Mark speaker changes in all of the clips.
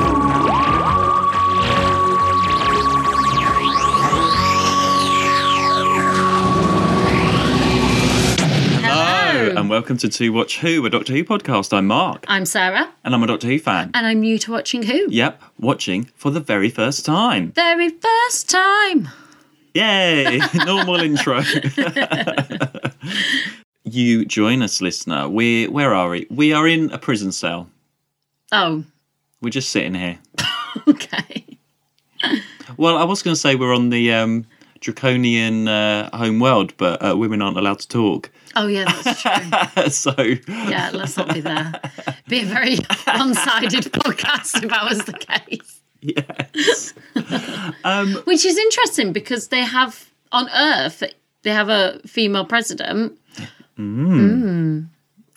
Speaker 1: coup.
Speaker 2: Hello,
Speaker 3: and welcome to To Watch Who, a Doctor Who podcast. I'm Mark,
Speaker 2: I'm Sarah,
Speaker 3: and I'm a Doctor Who fan.
Speaker 2: and I'm new to watching Who.
Speaker 3: Yep, watching for the very first time.
Speaker 2: Very first time.
Speaker 3: Yay! Normal intro. you join us, listener. We where are we? We are in a prison cell.
Speaker 2: Oh,
Speaker 3: We're just sitting here.
Speaker 2: okay.
Speaker 3: Well, I was going to say we're on the um, draconian uh, home world, but uh, women aren't allowed to talk.
Speaker 2: Oh yeah, that's true.
Speaker 3: so
Speaker 2: Yeah, let's not be there. Be a very one-sided podcast if that was the case.
Speaker 3: yes. um,
Speaker 2: Which is interesting because they have on Earth they have a female president. enjoyed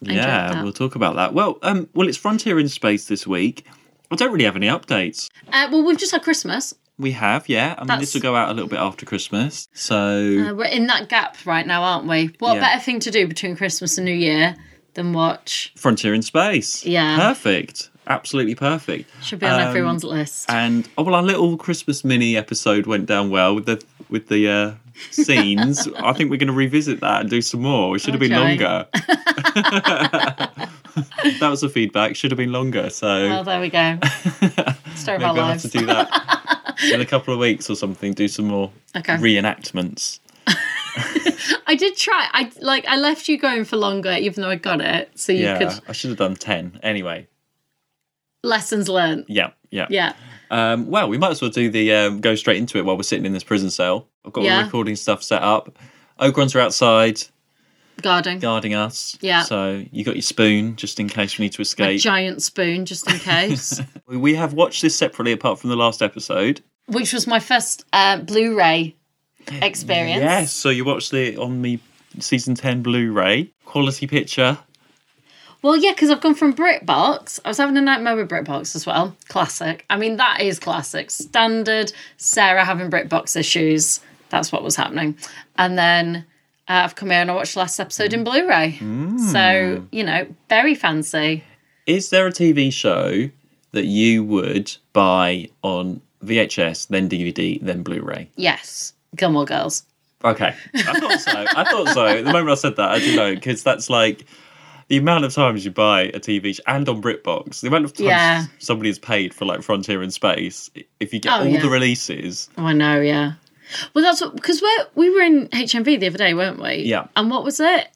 Speaker 3: yeah,
Speaker 2: that.
Speaker 3: we'll talk about that. Well, um, well, it's Frontier in Space this week. I don't really have any updates.
Speaker 2: Uh, well, we've just had Christmas.
Speaker 3: We have, yeah. I mean,
Speaker 2: That's-
Speaker 3: this will go out a little bit after Christmas. So,
Speaker 2: Uh, we're in that gap right now, aren't we? What
Speaker 3: Yeah.
Speaker 2: better thing to do between Christmas and New Year than watch?
Speaker 3: Frontier in Space.
Speaker 2: Yeah.
Speaker 3: Perfect. Absolutely perfect.
Speaker 2: Should be on
Speaker 3: Um,
Speaker 2: everyone's list.
Speaker 3: And oh well, our little Christmas mini episode went down well with the with the uh, scenes. I think we're going to revisit that and do some more. It should have been
Speaker 2: Okay.
Speaker 3: longer. that was the feedback. Should have been longer. So
Speaker 2: Well, there we go. Story of our
Speaker 3: maybe I'll have
Speaker 2: lives.
Speaker 3: to do that in a couple of weeks or something. Do some more
Speaker 2: Okay.
Speaker 3: reenactments.
Speaker 2: I did try. I like. I left you going for longer, even though I got it. So you
Speaker 3: yeah,
Speaker 2: could
Speaker 3: I should have done ten anyway.
Speaker 2: lessons learned.
Speaker 3: Yeah, yeah.
Speaker 2: Yeah.
Speaker 3: Um, well, we might as well do the um, go straight into it while we're sitting in this prison cell. I've got all
Speaker 2: Yeah.
Speaker 3: the recording stuff set up. Ogrons are outside
Speaker 2: Gardening.
Speaker 3: guarding us.
Speaker 2: Yeah.
Speaker 3: So you got your spoon just in case we need to
Speaker 2: A
Speaker 3: escape.
Speaker 2: giant spoon, just in case.
Speaker 3: We- we have watched this separately apart from the last episode.
Speaker 2: Which was my first uh, Blu-ray experience.
Speaker 3: Yes. So you watched the on the season ten Blu-ray quality picture.
Speaker 2: Well, yeah, because I've gone from BritBox. I was having a nightmare with BritBox as well. Classic. I mean, that is classic. Standard Sarah having BritBox issues. That's what was happening. And then uh, I've come here and I watched last episode in Blu-ray.
Speaker 3: Mm.
Speaker 2: So you know, very fancy.
Speaker 3: Is there a TV show that you would buy on VHS, then DVD, then Blu-ray?
Speaker 2: Yes, Gilmore Girls.
Speaker 3: Okay. I thought so. I thought so. The moment I said that, I did know because that's like the amount of times you buy a TV sh- and on BritBox, the amount of times
Speaker 2: Yeah.
Speaker 3: somebody has paid for like Frontier in Space. If you get
Speaker 2: Oh,
Speaker 3: all
Speaker 2: yeah.
Speaker 3: the releases,
Speaker 2: Oh, I know, yeah. Well, that's what because we we were in HMV the other day, weren't we?
Speaker 3: Yeah.
Speaker 2: And what was it?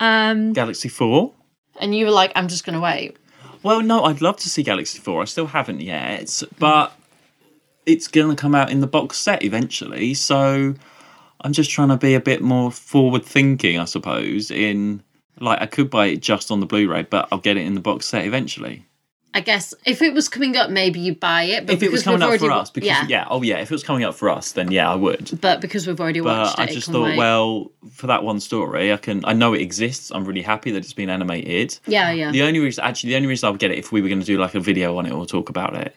Speaker 2: Um,
Speaker 3: Galaxy Four.
Speaker 2: and you were like, "I'm just gonna wait."
Speaker 3: Well, no, I'd love to see Galaxy Four. I still haven't yet, but it's going to come out in the box set eventually. So I'm just trying to be a bit more forward thinking, I suppose. In like, I could buy it just on the Blu-ray, but I'll get it in the box set eventually.
Speaker 2: I guess if it was coming up, maybe you buy it. But
Speaker 3: if it was
Speaker 2: because
Speaker 3: coming
Speaker 2: we've
Speaker 3: out for
Speaker 2: already-
Speaker 3: us, because yeah. oh yeah, if it was coming out for us, then yeah, I would.
Speaker 2: But because we've already watched
Speaker 3: But
Speaker 2: it,
Speaker 3: I
Speaker 2: it
Speaker 3: just
Speaker 2: can
Speaker 3: thought,
Speaker 2: wait.
Speaker 3: well, for that one story, I can. I know it exists. I'm really happy that it's been animated.
Speaker 2: yeah, yeah,
Speaker 3: The only reason, actually, the only reason I would get it if we were going to do like a video on it or talk about it.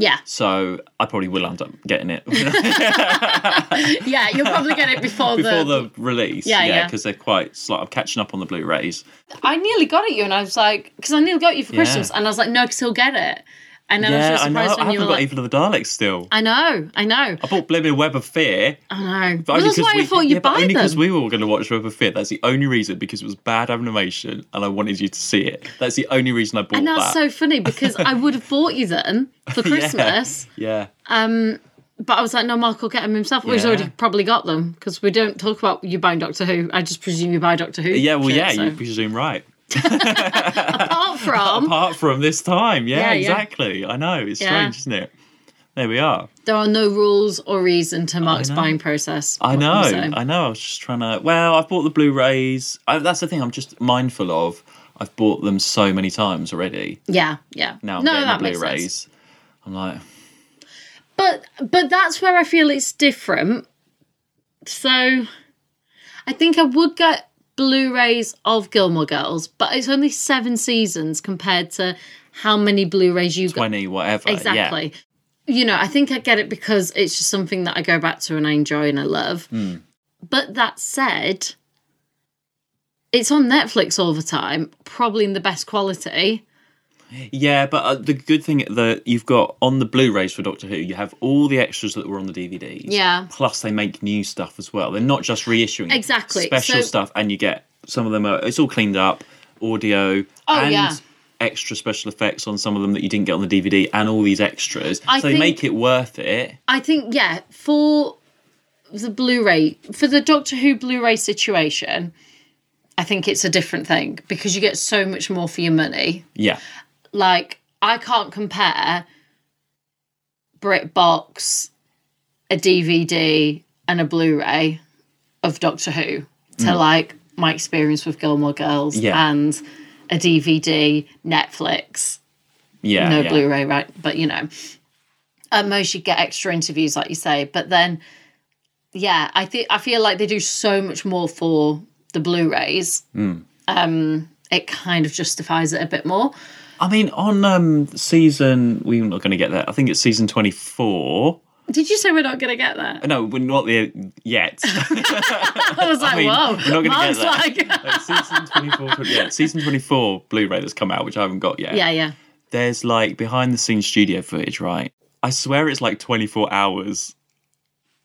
Speaker 2: yeah,
Speaker 3: So I probably will end up getting it
Speaker 2: yeah. You'll probably get it before,
Speaker 3: before
Speaker 2: the,
Speaker 3: the release.
Speaker 2: Yeah,
Speaker 3: yeah,
Speaker 2: yeah.
Speaker 3: because they're quite. Slight, I'm catching up on the Blu-rays.
Speaker 2: I nearly got it you, and I was like, because I nearly got you for
Speaker 3: Yeah.
Speaker 2: Christmas, and I was like, no, because he'll get it. And then I
Speaker 3: yeah,
Speaker 2: was just
Speaker 3: I know. I
Speaker 2: surprised
Speaker 3: haven't
Speaker 2: when you were
Speaker 3: got
Speaker 2: like,
Speaker 3: Evil of the Daleks still.
Speaker 2: I know, I know,
Speaker 3: I bought Blimmin' Web of Fear.
Speaker 2: I know.
Speaker 3: But
Speaker 2: Well,
Speaker 3: only
Speaker 2: that's
Speaker 3: 'cause
Speaker 2: why
Speaker 3: we,
Speaker 2: I thought
Speaker 3: yeah,
Speaker 2: you'd
Speaker 3: but
Speaker 2: buy
Speaker 3: only
Speaker 2: them.
Speaker 3: because we were going to watch Rubber Fit. That's the only reason because it was bad animation, and I wanted you to see it. That's the only reason I bought
Speaker 2: And that's
Speaker 3: that.
Speaker 2: so funny because I would have bought you them for
Speaker 3: Yeah,
Speaker 2: Christmas,
Speaker 3: Yeah.
Speaker 2: but I was like, no, Mark will get them himself. Well, He's
Speaker 3: Yeah.
Speaker 2: already probably got them because we don't talk about you buying Doctor Who. I just presume you buy Doctor Who.
Speaker 3: Yeah. Well,
Speaker 2: shit,
Speaker 3: yeah.
Speaker 2: so.
Speaker 3: You presume right.
Speaker 2: Apart from
Speaker 3: Apart from this time,
Speaker 2: Yeah,
Speaker 3: yeah,
Speaker 2: yeah.
Speaker 3: exactly. I know it's
Speaker 2: Yeah.
Speaker 3: strange, isn't it? There we are.
Speaker 2: there are no rules or reason to Mark's
Speaker 3: know.
Speaker 2: buying process.
Speaker 3: I know.
Speaker 2: So,
Speaker 3: I know. I was just trying to. Well, I've bought the Blu-rays. I, that's the thing. I'm just mindful of. I've bought them so many times already.
Speaker 2: yeah, yeah.
Speaker 3: Now I'm
Speaker 2: no,
Speaker 3: getting
Speaker 2: that
Speaker 3: the
Speaker 2: makes sense.
Speaker 3: Blu-rays. I'm like,
Speaker 2: But but that's where I feel it's different. So I think I would get Blu-rays of Gilmore Girls, but it's only seven seasons compared to how many Blu-rays you got.
Speaker 3: twenty, whatever. Yeah.
Speaker 2: Exactly. You know, I think I get it because it's just something that I go back to and I enjoy and I love. But that said, it's on Netflix all the time, probably in the best quality.
Speaker 3: Yeah, but uh, the good thing that you've got on the Blu-rays for Doctor Who, you have all the extras that were on the DVDs.
Speaker 2: Yeah.
Speaker 3: Plus, they make new stuff as well. They're not just reissuing it.
Speaker 2: Exactly.
Speaker 3: Special
Speaker 2: So-
Speaker 3: stuff, and you get some of them. Are, it's all cleaned up, audio,
Speaker 2: Oh,
Speaker 3: and
Speaker 2: yeah.
Speaker 3: extra special effects on some of them that you didn't get on the DVD, and all these extras.
Speaker 2: I
Speaker 3: so they
Speaker 2: think-
Speaker 3: make it worth it.
Speaker 2: I think yeah, for the Blu-ray for the Doctor Who Blu-ray situation, I think it's a different thing because you get so much more for your money.
Speaker 3: Yeah.
Speaker 2: Like I can't compare Britbox, a DVD, and a Blu-ray of Doctor Who to like my experience with Gilmore Girls
Speaker 3: Mm. Yeah.
Speaker 2: and a DVD, Netflix
Speaker 3: Yeah.
Speaker 2: no
Speaker 3: Oh, yeah.
Speaker 2: Blu-ray, right? But you know, at most you get extra interviews, like you say. But then, yeah, I think I feel like they do so much more for the Blu-rays.
Speaker 3: Hmm.
Speaker 2: Um, it kind of justifies it a bit more.
Speaker 3: I mean, on um season, we're not going to get that. I think it's season twenty-four. Uh,
Speaker 2: Did you say we're not gonna get that?
Speaker 3: No, we're not there yet.
Speaker 2: I was like,
Speaker 3: mean,
Speaker 2: whoa,
Speaker 3: we're not gonna get
Speaker 2: Mark's
Speaker 3: that.
Speaker 2: like,
Speaker 3: Like, season 24 20 yeah season 24 blu-ray that's come out which i haven't got yet
Speaker 2: yeah, yeah.
Speaker 3: there's like behind the scenes studio footage right i swear it's like 24 hours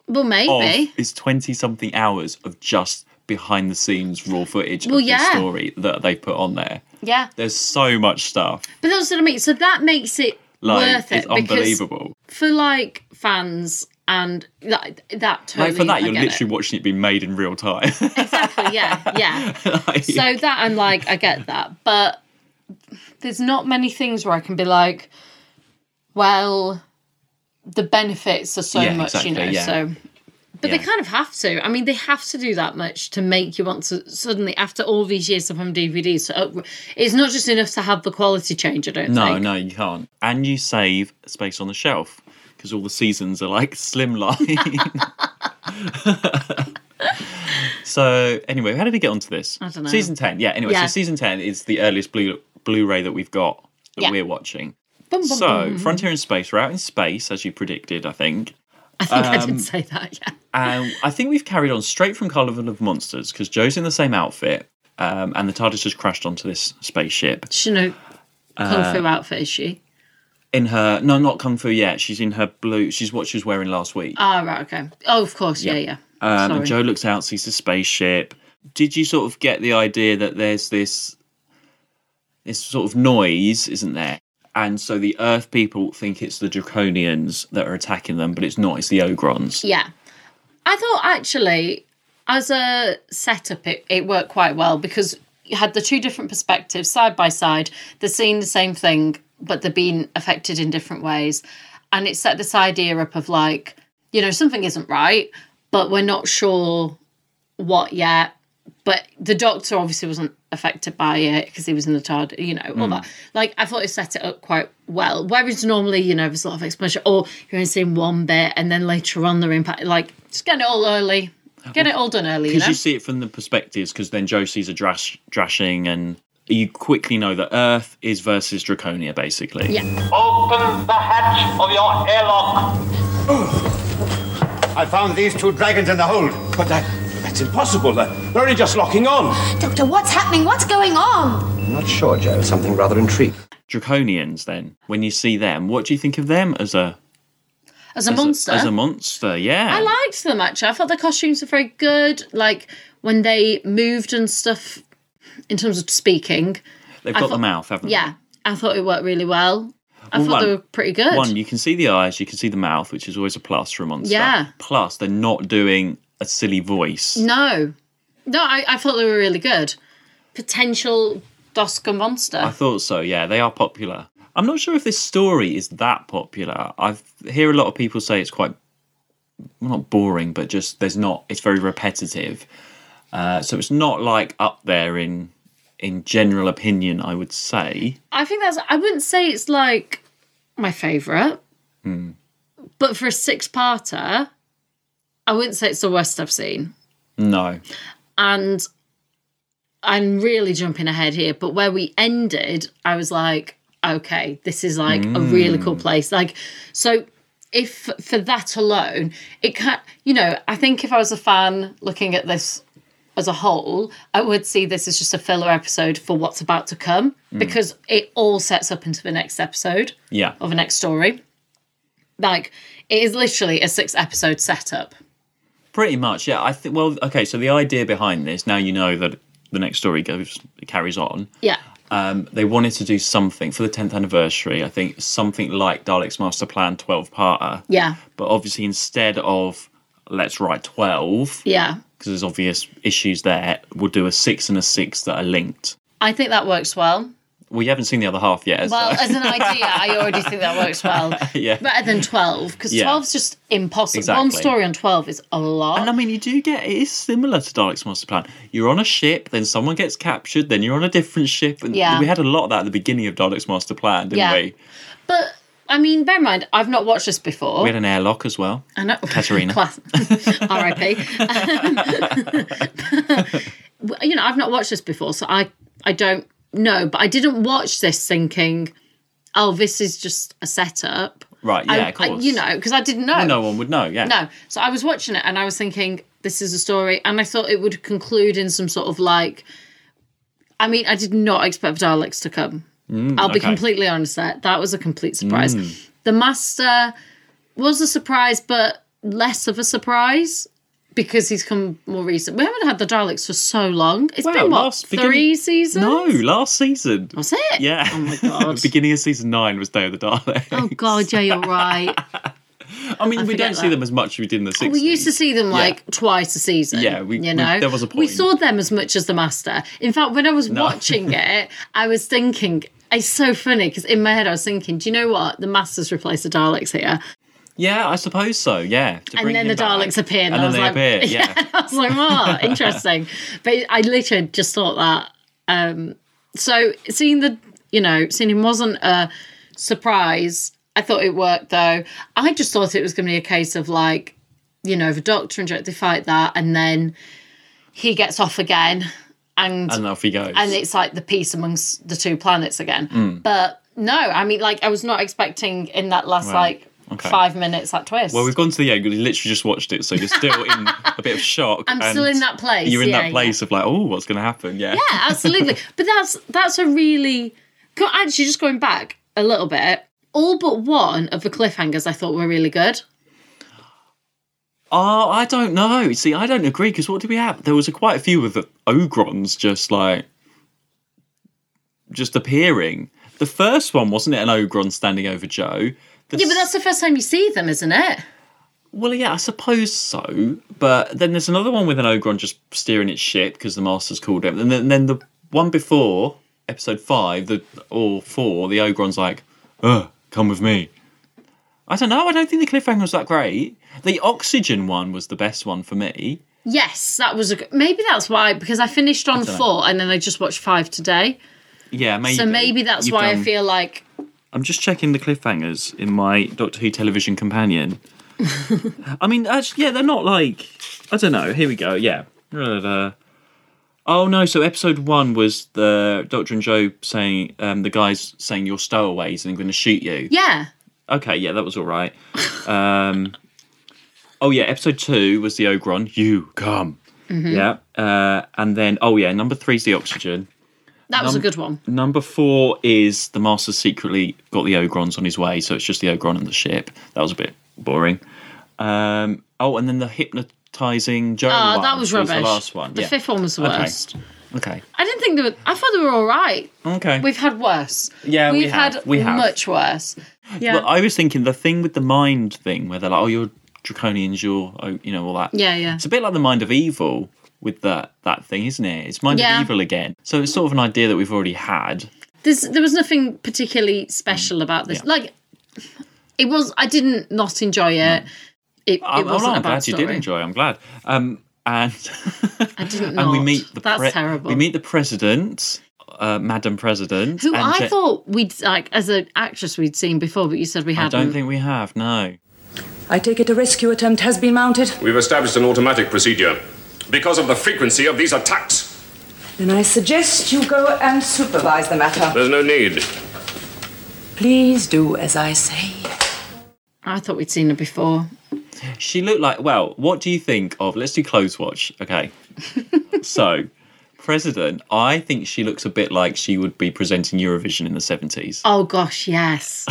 Speaker 2: Well,
Speaker 3: of
Speaker 2: maybe.
Speaker 3: it's 20 something hours of just behind the scenes raw footage
Speaker 2: Well,
Speaker 3: of
Speaker 2: yeah.
Speaker 3: the story that they put on there
Speaker 2: Yeah,
Speaker 3: there's so much stuff
Speaker 2: but that's what I mean. So that makes it
Speaker 3: like
Speaker 2: worth it
Speaker 3: it's unbelievable
Speaker 2: because for like fans and that, that totally.
Speaker 3: like for
Speaker 2: I
Speaker 3: that you're
Speaker 2: get it.
Speaker 3: literally watching it be made in real time
Speaker 2: exactly. Yeah, yeah.
Speaker 3: Like,
Speaker 2: So that I'm like, I get that, but there's not many things where I can be like, well, the benefits are so
Speaker 3: Yeah,
Speaker 2: much, you know.
Speaker 3: exactly, yeah.
Speaker 2: So, but they
Speaker 3: Yeah.
Speaker 2: kind of have to. I mean, they have to do that much to make you want to suddenly, after all these years of home DVDs, to up, it's not just enough to have the quality change. I don't
Speaker 3: no
Speaker 2: think.
Speaker 3: no you can't and you save space on the shelf because all the seasons are like slimline so anyway how did we get onto this i
Speaker 2: dunno.
Speaker 3: season 10 yeah anyway
Speaker 2: Yeah.
Speaker 3: so season 10 is the earliest blue blu-ray that we've got that
Speaker 2: Yeah.
Speaker 3: we're watching
Speaker 2: Bum, bum, bum.
Speaker 3: so frontier in space we're out in space as you predicted i think
Speaker 2: I think I
Speaker 3: Um,
Speaker 2: did say that. Yeah.
Speaker 3: and I think we've carried on straight from Carnival of Monsters because Joe's in the same outfit, um, and the TARDIS just crashed onto this spaceship.
Speaker 2: She know kung
Speaker 3: uh,
Speaker 2: fu outfit is she?
Speaker 3: In her no, not kung fu yet. She's in her blue. She's what she was wearing last week.
Speaker 2: Ah, right. Okay. Oh, of course. Yeah, yeah.
Speaker 3: Um,
Speaker 2: Sorry.
Speaker 3: and Joe looks out, sees the spaceship. Did you sort of get the idea that there's this this sort of noise, isn't there? And so the Earth people think it's the Draconians that are attacking them, but it's not. It's the Ogrons.
Speaker 2: Yeah. I thought actually, as a setup, it, it worked quite well because you had the two different perspectives side by side. They're seeing the same thing, but they're being affected in different ways. And it set this idea up of like, you know, something isn't right, but we're not sure what yet. But the doctor obviously wasn't affected by it because he was in the TARD, you know,
Speaker 3: Hmm.
Speaker 2: all that. Like, I thought it set it up quite well. Whereas normally, you know, there's a lot of exposure, or you're only seeing one bit and then later on they're impact. Like, just get it all early. Get it all done early, you
Speaker 3: Because
Speaker 2: know?
Speaker 3: you see it from the perspectives, because then Joe sees a drash, drashing, and you quickly know that Earth is versus Draconia, basically.
Speaker 2: Yeah.
Speaker 1: Open the hatch of your airlock.
Speaker 4: I found these two dragons in the hold.
Speaker 5: But that, that's impossible. They're they're only just locking on.
Speaker 6: Doctor, what's happening? What's going on?
Speaker 5: I'm not sure, Joe. Something rather intriguing.
Speaker 3: Draconians, then, when you see them, what do you think of them as a,
Speaker 2: As a
Speaker 3: as a-
Speaker 2: monster.
Speaker 3: As a monster, yeah.
Speaker 2: I liked them actually. I thought the costumes were very good. Like, when they moved and stuff in terms of speaking,
Speaker 3: They've got the
Speaker 2: thought-
Speaker 3: mouth, haven't they?
Speaker 2: yeah, I thought it worked really well. I
Speaker 3: Well,
Speaker 2: thought they
Speaker 3: one-
Speaker 2: were pretty good.
Speaker 3: One, you can see the eyes, you can see the mouth, which is always a plus for a monster.
Speaker 2: Yeah.
Speaker 3: Plus, they're not doing a silly voice.
Speaker 2: No. No, I, I thought they were really good. Potential Doska monster.
Speaker 3: I thought so, yeah. They are popular. I'm not sure if this story is that popular. I hear a lot of people say it's quite, well, not boring, but just there's not, it's very repetitive. Uh, so it's not like up there in in general opinion, I would say.
Speaker 2: I think that's, I wouldn't say it's like my favourite,
Speaker 3: Hmm.
Speaker 2: but for a six parter, I wouldn't say it's the worst I've seen.
Speaker 3: No.
Speaker 2: And I'm really jumping ahead here, but where we ended, I was like, okay, this is like a really cool place. Like, so if for that alone, it can, you know, I think if I was a fan looking at this as a whole, I would see this as just a filler episode for what's about to come because it all sets up into the next episode
Speaker 3: Yeah.
Speaker 2: of the next story. Like it is literally a six episode setup.
Speaker 3: Pretty much, yeah. I think. Well, okay. So the idea behind this, now you know that the next story goes it carries on.
Speaker 2: Yeah.
Speaker 3: Um, they wanted to do something for the tenth anniversary. I think something like Dalek's Master Plan twelve parter.
Speaker 2: Yeah.
Speaker 3: But obviously, instead of let's write twelve
Speaker 2: Yeah.
Speaker 3: because there's obvious issues there, we'll do a six and a six that are linked.
Speaker 2: I think that works well.
Speaker 3: Well, you haven't seen the other half yet.
Speaker 2: Well,
Speaker 3: so.
Speaker 2: as an idea, I already think that works well.
Speaker 3: Yeah.
Speaker 2: Better than 12, because
Speaker 3: Yeah.
Speaker 2: 12's just impossible.
Speaker 3: Exactly.
Speaker 2: One story on 12 is a lot.
Speaker 3: And I mean, you do get it is similar to Dalek's Master Plan. You're on a ship, then someone gets captured, then you're on a different ship. And
Speaker 2: Yeah.
Speaker 3: we had a lot of that at the beginning of Dalek's Master Plan, didn't
Speaker 2: Yeah.
Speaker 3: we?
Speaker 2: but, I mean, bear in mind, I've not watched this before.
Speaker 3: We had an airlock as well.
Speaker 2: I know.
Speaker 3: Katerina.
Speaker 2: Class. R.I.P. Um, you know, I've not watched this before, so I I don't know. But I didn't watch this thinking, oh, this is just a setup.
Speaker 3: Right,
Speaker 2: I-
Speaker 3: yeah, of
Speaker 2: I-
Speaker 3: course.
Speaker 2: you know, because I didn't know.
Speaker 3: No one would know, yeah.
Speaker 2: No. So I was watching it and I was thinking, this is a story. And I thought it would conclude in some sort of like. I mean, I did not expect the Daleks to come. I'll be
Speaker 3: Mm, okay. Mm.
Speaker 2: completely honest there. That was a complete surprise. The Master was a surprise, but less of a surprise because he's come more recent. We haven't had the Daleks for so long. It's
Speaker 3: Wow,
Speaker 2: been what
Speaker 3: last
Speaker 2: three
Speaker 3: beginning-
Speaker 2: seasons?
Speaker 3: No, last season.
Speaker 2: was it?
Speaker 3: Yeah.
Speaker 2: Oh my god.
Speaker 3: beginning of season nine was Day of the Daleks.
Speaker 2: oh god, yeah, you're right.
Speaker 3: I mean, we
Speaker 2: forget
Speaker 3: don't see
Speaker 2: that. Oh,
Speaker 3: them as much as we did in the 60s.
Speaker 2: We used to see them like twice a season.
Speaker 3: Yeah, we- we-
Speaker 2: you know
Speaker 3: there was a
Speaker 2: We
Speaker 3: point.
Speaker 2: saw them as much as the master. In fact, when I was watching it, I was thinking it's so funny because in my head I was thinking, do you know what? The masters replace the Daleks here,
Speaker 3: Yeah, I suppose so, yeah. to bring
Speaker 2: and then the
Speaker 3: him back.
Speaker 2: Daleks appear, and,
Speaker 3: And
Speaker 2: I
Speaker 3: then
Speaker 2: was
Speaker 3: they
Speaker 2: like,
Speaker 3: appear, yeah.
Speaker 2: I was like, wow, interesting. But I literally just thought that. Um, so seeing the, you know, seeing him wasn't a surprise. I thought it worked though. I just thought it was going to be a case of like, you know, the Doctor and Jack, they fight that, and then he gets off again, and
Speaker 3: And off he goes.
Speaker 2: and it's like the peace amongst the two planets again.
Speaker 3: Hmm.
Speaker 2: But no, I mean, like I was not expecting in that last like
Speaker 3: okay.
Speaker 2: five minutes that twist.
Speaker 3: well, we've gone to the end. We literally just watched it, so you're still in a bit of shock.
Speaker 2: I'm still
Speaker 3: and
Speaker 2: in that place.
Speaker 3: You're in
Speaker 2: yeah,
Speaker 3: that place of like, oh, what's going to happen? Yeah.
Speaker 2: Yeah, Yeah, absolutely. but that's that's a really co- actually just going back a little bit. All but one of the cliffhangers I thought were really good.
Speaker 3: Oh, I don't know. See, I don't agree because what do we have? There was a, quite a few of the Ogrons just like just appearing. The first one wasn't it an Ogron standing over Joe? The
Speaker 2: Yeah, but
Speaker 3: s-
Speaker 2: that's the first time you see them, isn't it?
Speaker 3: well, yeah, I suppose so. But then there's another one with an Ogron just steering its ship because the Master's called it, and then, then the one before episode five, the or four, the Ogron's like, "Ugh, come with me." I don't know. I don't think the cliffhanger was that great. The oxygen one was the best one for me.
Speaker 2: Yes, that was a good, maybe that's why because I finished on
Speaker 3: dunno.
Speaker 2: four and then I just watched five today.
Speaker 3: Yeah, maybe.
Speaker 2: So maybe that's
Speaker 3: You've
Speaker 2: why I
Speaker 3: done-
Speaker 2: feel like
Speaker 3: I'm just checking the cliffhangers in my Doctor Who television companion. I mean, actually, yeah, they're not like. I don't know. Here we go. Yeah. Uh, Oh no! So episode one was the Doctor and Joe saying um, the guys saying you're stowaways and I'm going to shoot you.
Speaker 2: yeah,
Speaker 3: Okay, yeah, that was all right. Um, oh yeah, episode two was the Ogron. You come. Yeah. Uh, and then oh yeah, number three's the oxygen.
Speaker 2: that was a good one.
Speaker 3: Number four is the master secretly got the Ogrons on his way, so it's just the Ogron and the ship. That was a bit boring. Um, oh, and then the hypnotizing Joe.
Speaker 2: Oh,
Speaker 3: one,
Speaker 2: that was
Speaker 3: which
Speaker 2: rubbish.
Speaker 3: the last one.
Speaker 2: The
Speaker 3: yeah.
Speaker 2: fifth one was the
Speaker 3: Okay.
Speaker 2: worst.
Speaker 3: Okay.
Speaker 2: I didn't think they were. I thought they were all right.
Speaker 3: Okay.
Speaker 2: We've had worse.
Speaker 3: Yeah, we
Speaker 2: we've
Speaker 3: have.
Speaker 2: had
Speaker 3: We have.
Speaker 2: much worse. Yeah,
Speaker 3: Well, I was thinking the thing with the mind thing, where they're like, "Oh, you're draconians, you're, oh, you know, all that."
Speaker 2: yeah, yeah.
Speaker 3: It's a bit like the mind of evil with that that thing, isn't it? It's mind
Speaker 2: Yeah.
Speaker 3: of evil again. So it's sort of an idea that we've already had.
Speaker 2: There's, there was nothing particularly special
Speaker 3: Mm.
Speaker 2: about this. Like, it was. I didn't not enjoy it. It, it
Speaker 3: I'm,
Speaker 2: wasn't
Speaker 3: I'm
Speaker 2: a bad
Speaker 3: glad
Speaker 2: story.
Speaker 3: you did enjoy. it, I'm glad. Um, and.
Speaker 2: I didn't.
Speaker 3: and we
Speaker 2: not.
Speaker 3: meet the
Speaker 2: That's
Speaker 3: pre-
Speaker 2: terrible.
Speaker 3: We meet the president, uh, Madam President.
Speaker 2: who
Speaker 3: and
Speaker 2: I
Speaker 3: Je-
Speaker 2: thought we'd like as an actress we'd seen before, but you said we
Speaker 3: I
Speaker 2: hadn't.
Speaker 3: don't think we have. No.
Speaker 7: I take it a rescue attempt has been mounted.
Speaker 5: We've established an automatic procedure because of the frequency of these attacks.
Speaker 7: Then I suggest you go and supervise the matter.
Speaker 5: There's no need.
Speaker 7: Please do as I say.
Speaker 2: I thought we'd seen her before.
Speaker 3: She looked like, well, what do you think of? Let's do Clothes Watch. Okay. so, President, I think she looks a bit like she would be presenting Eurovision in the 70s.
Speaker 2: Oh gosh, yes.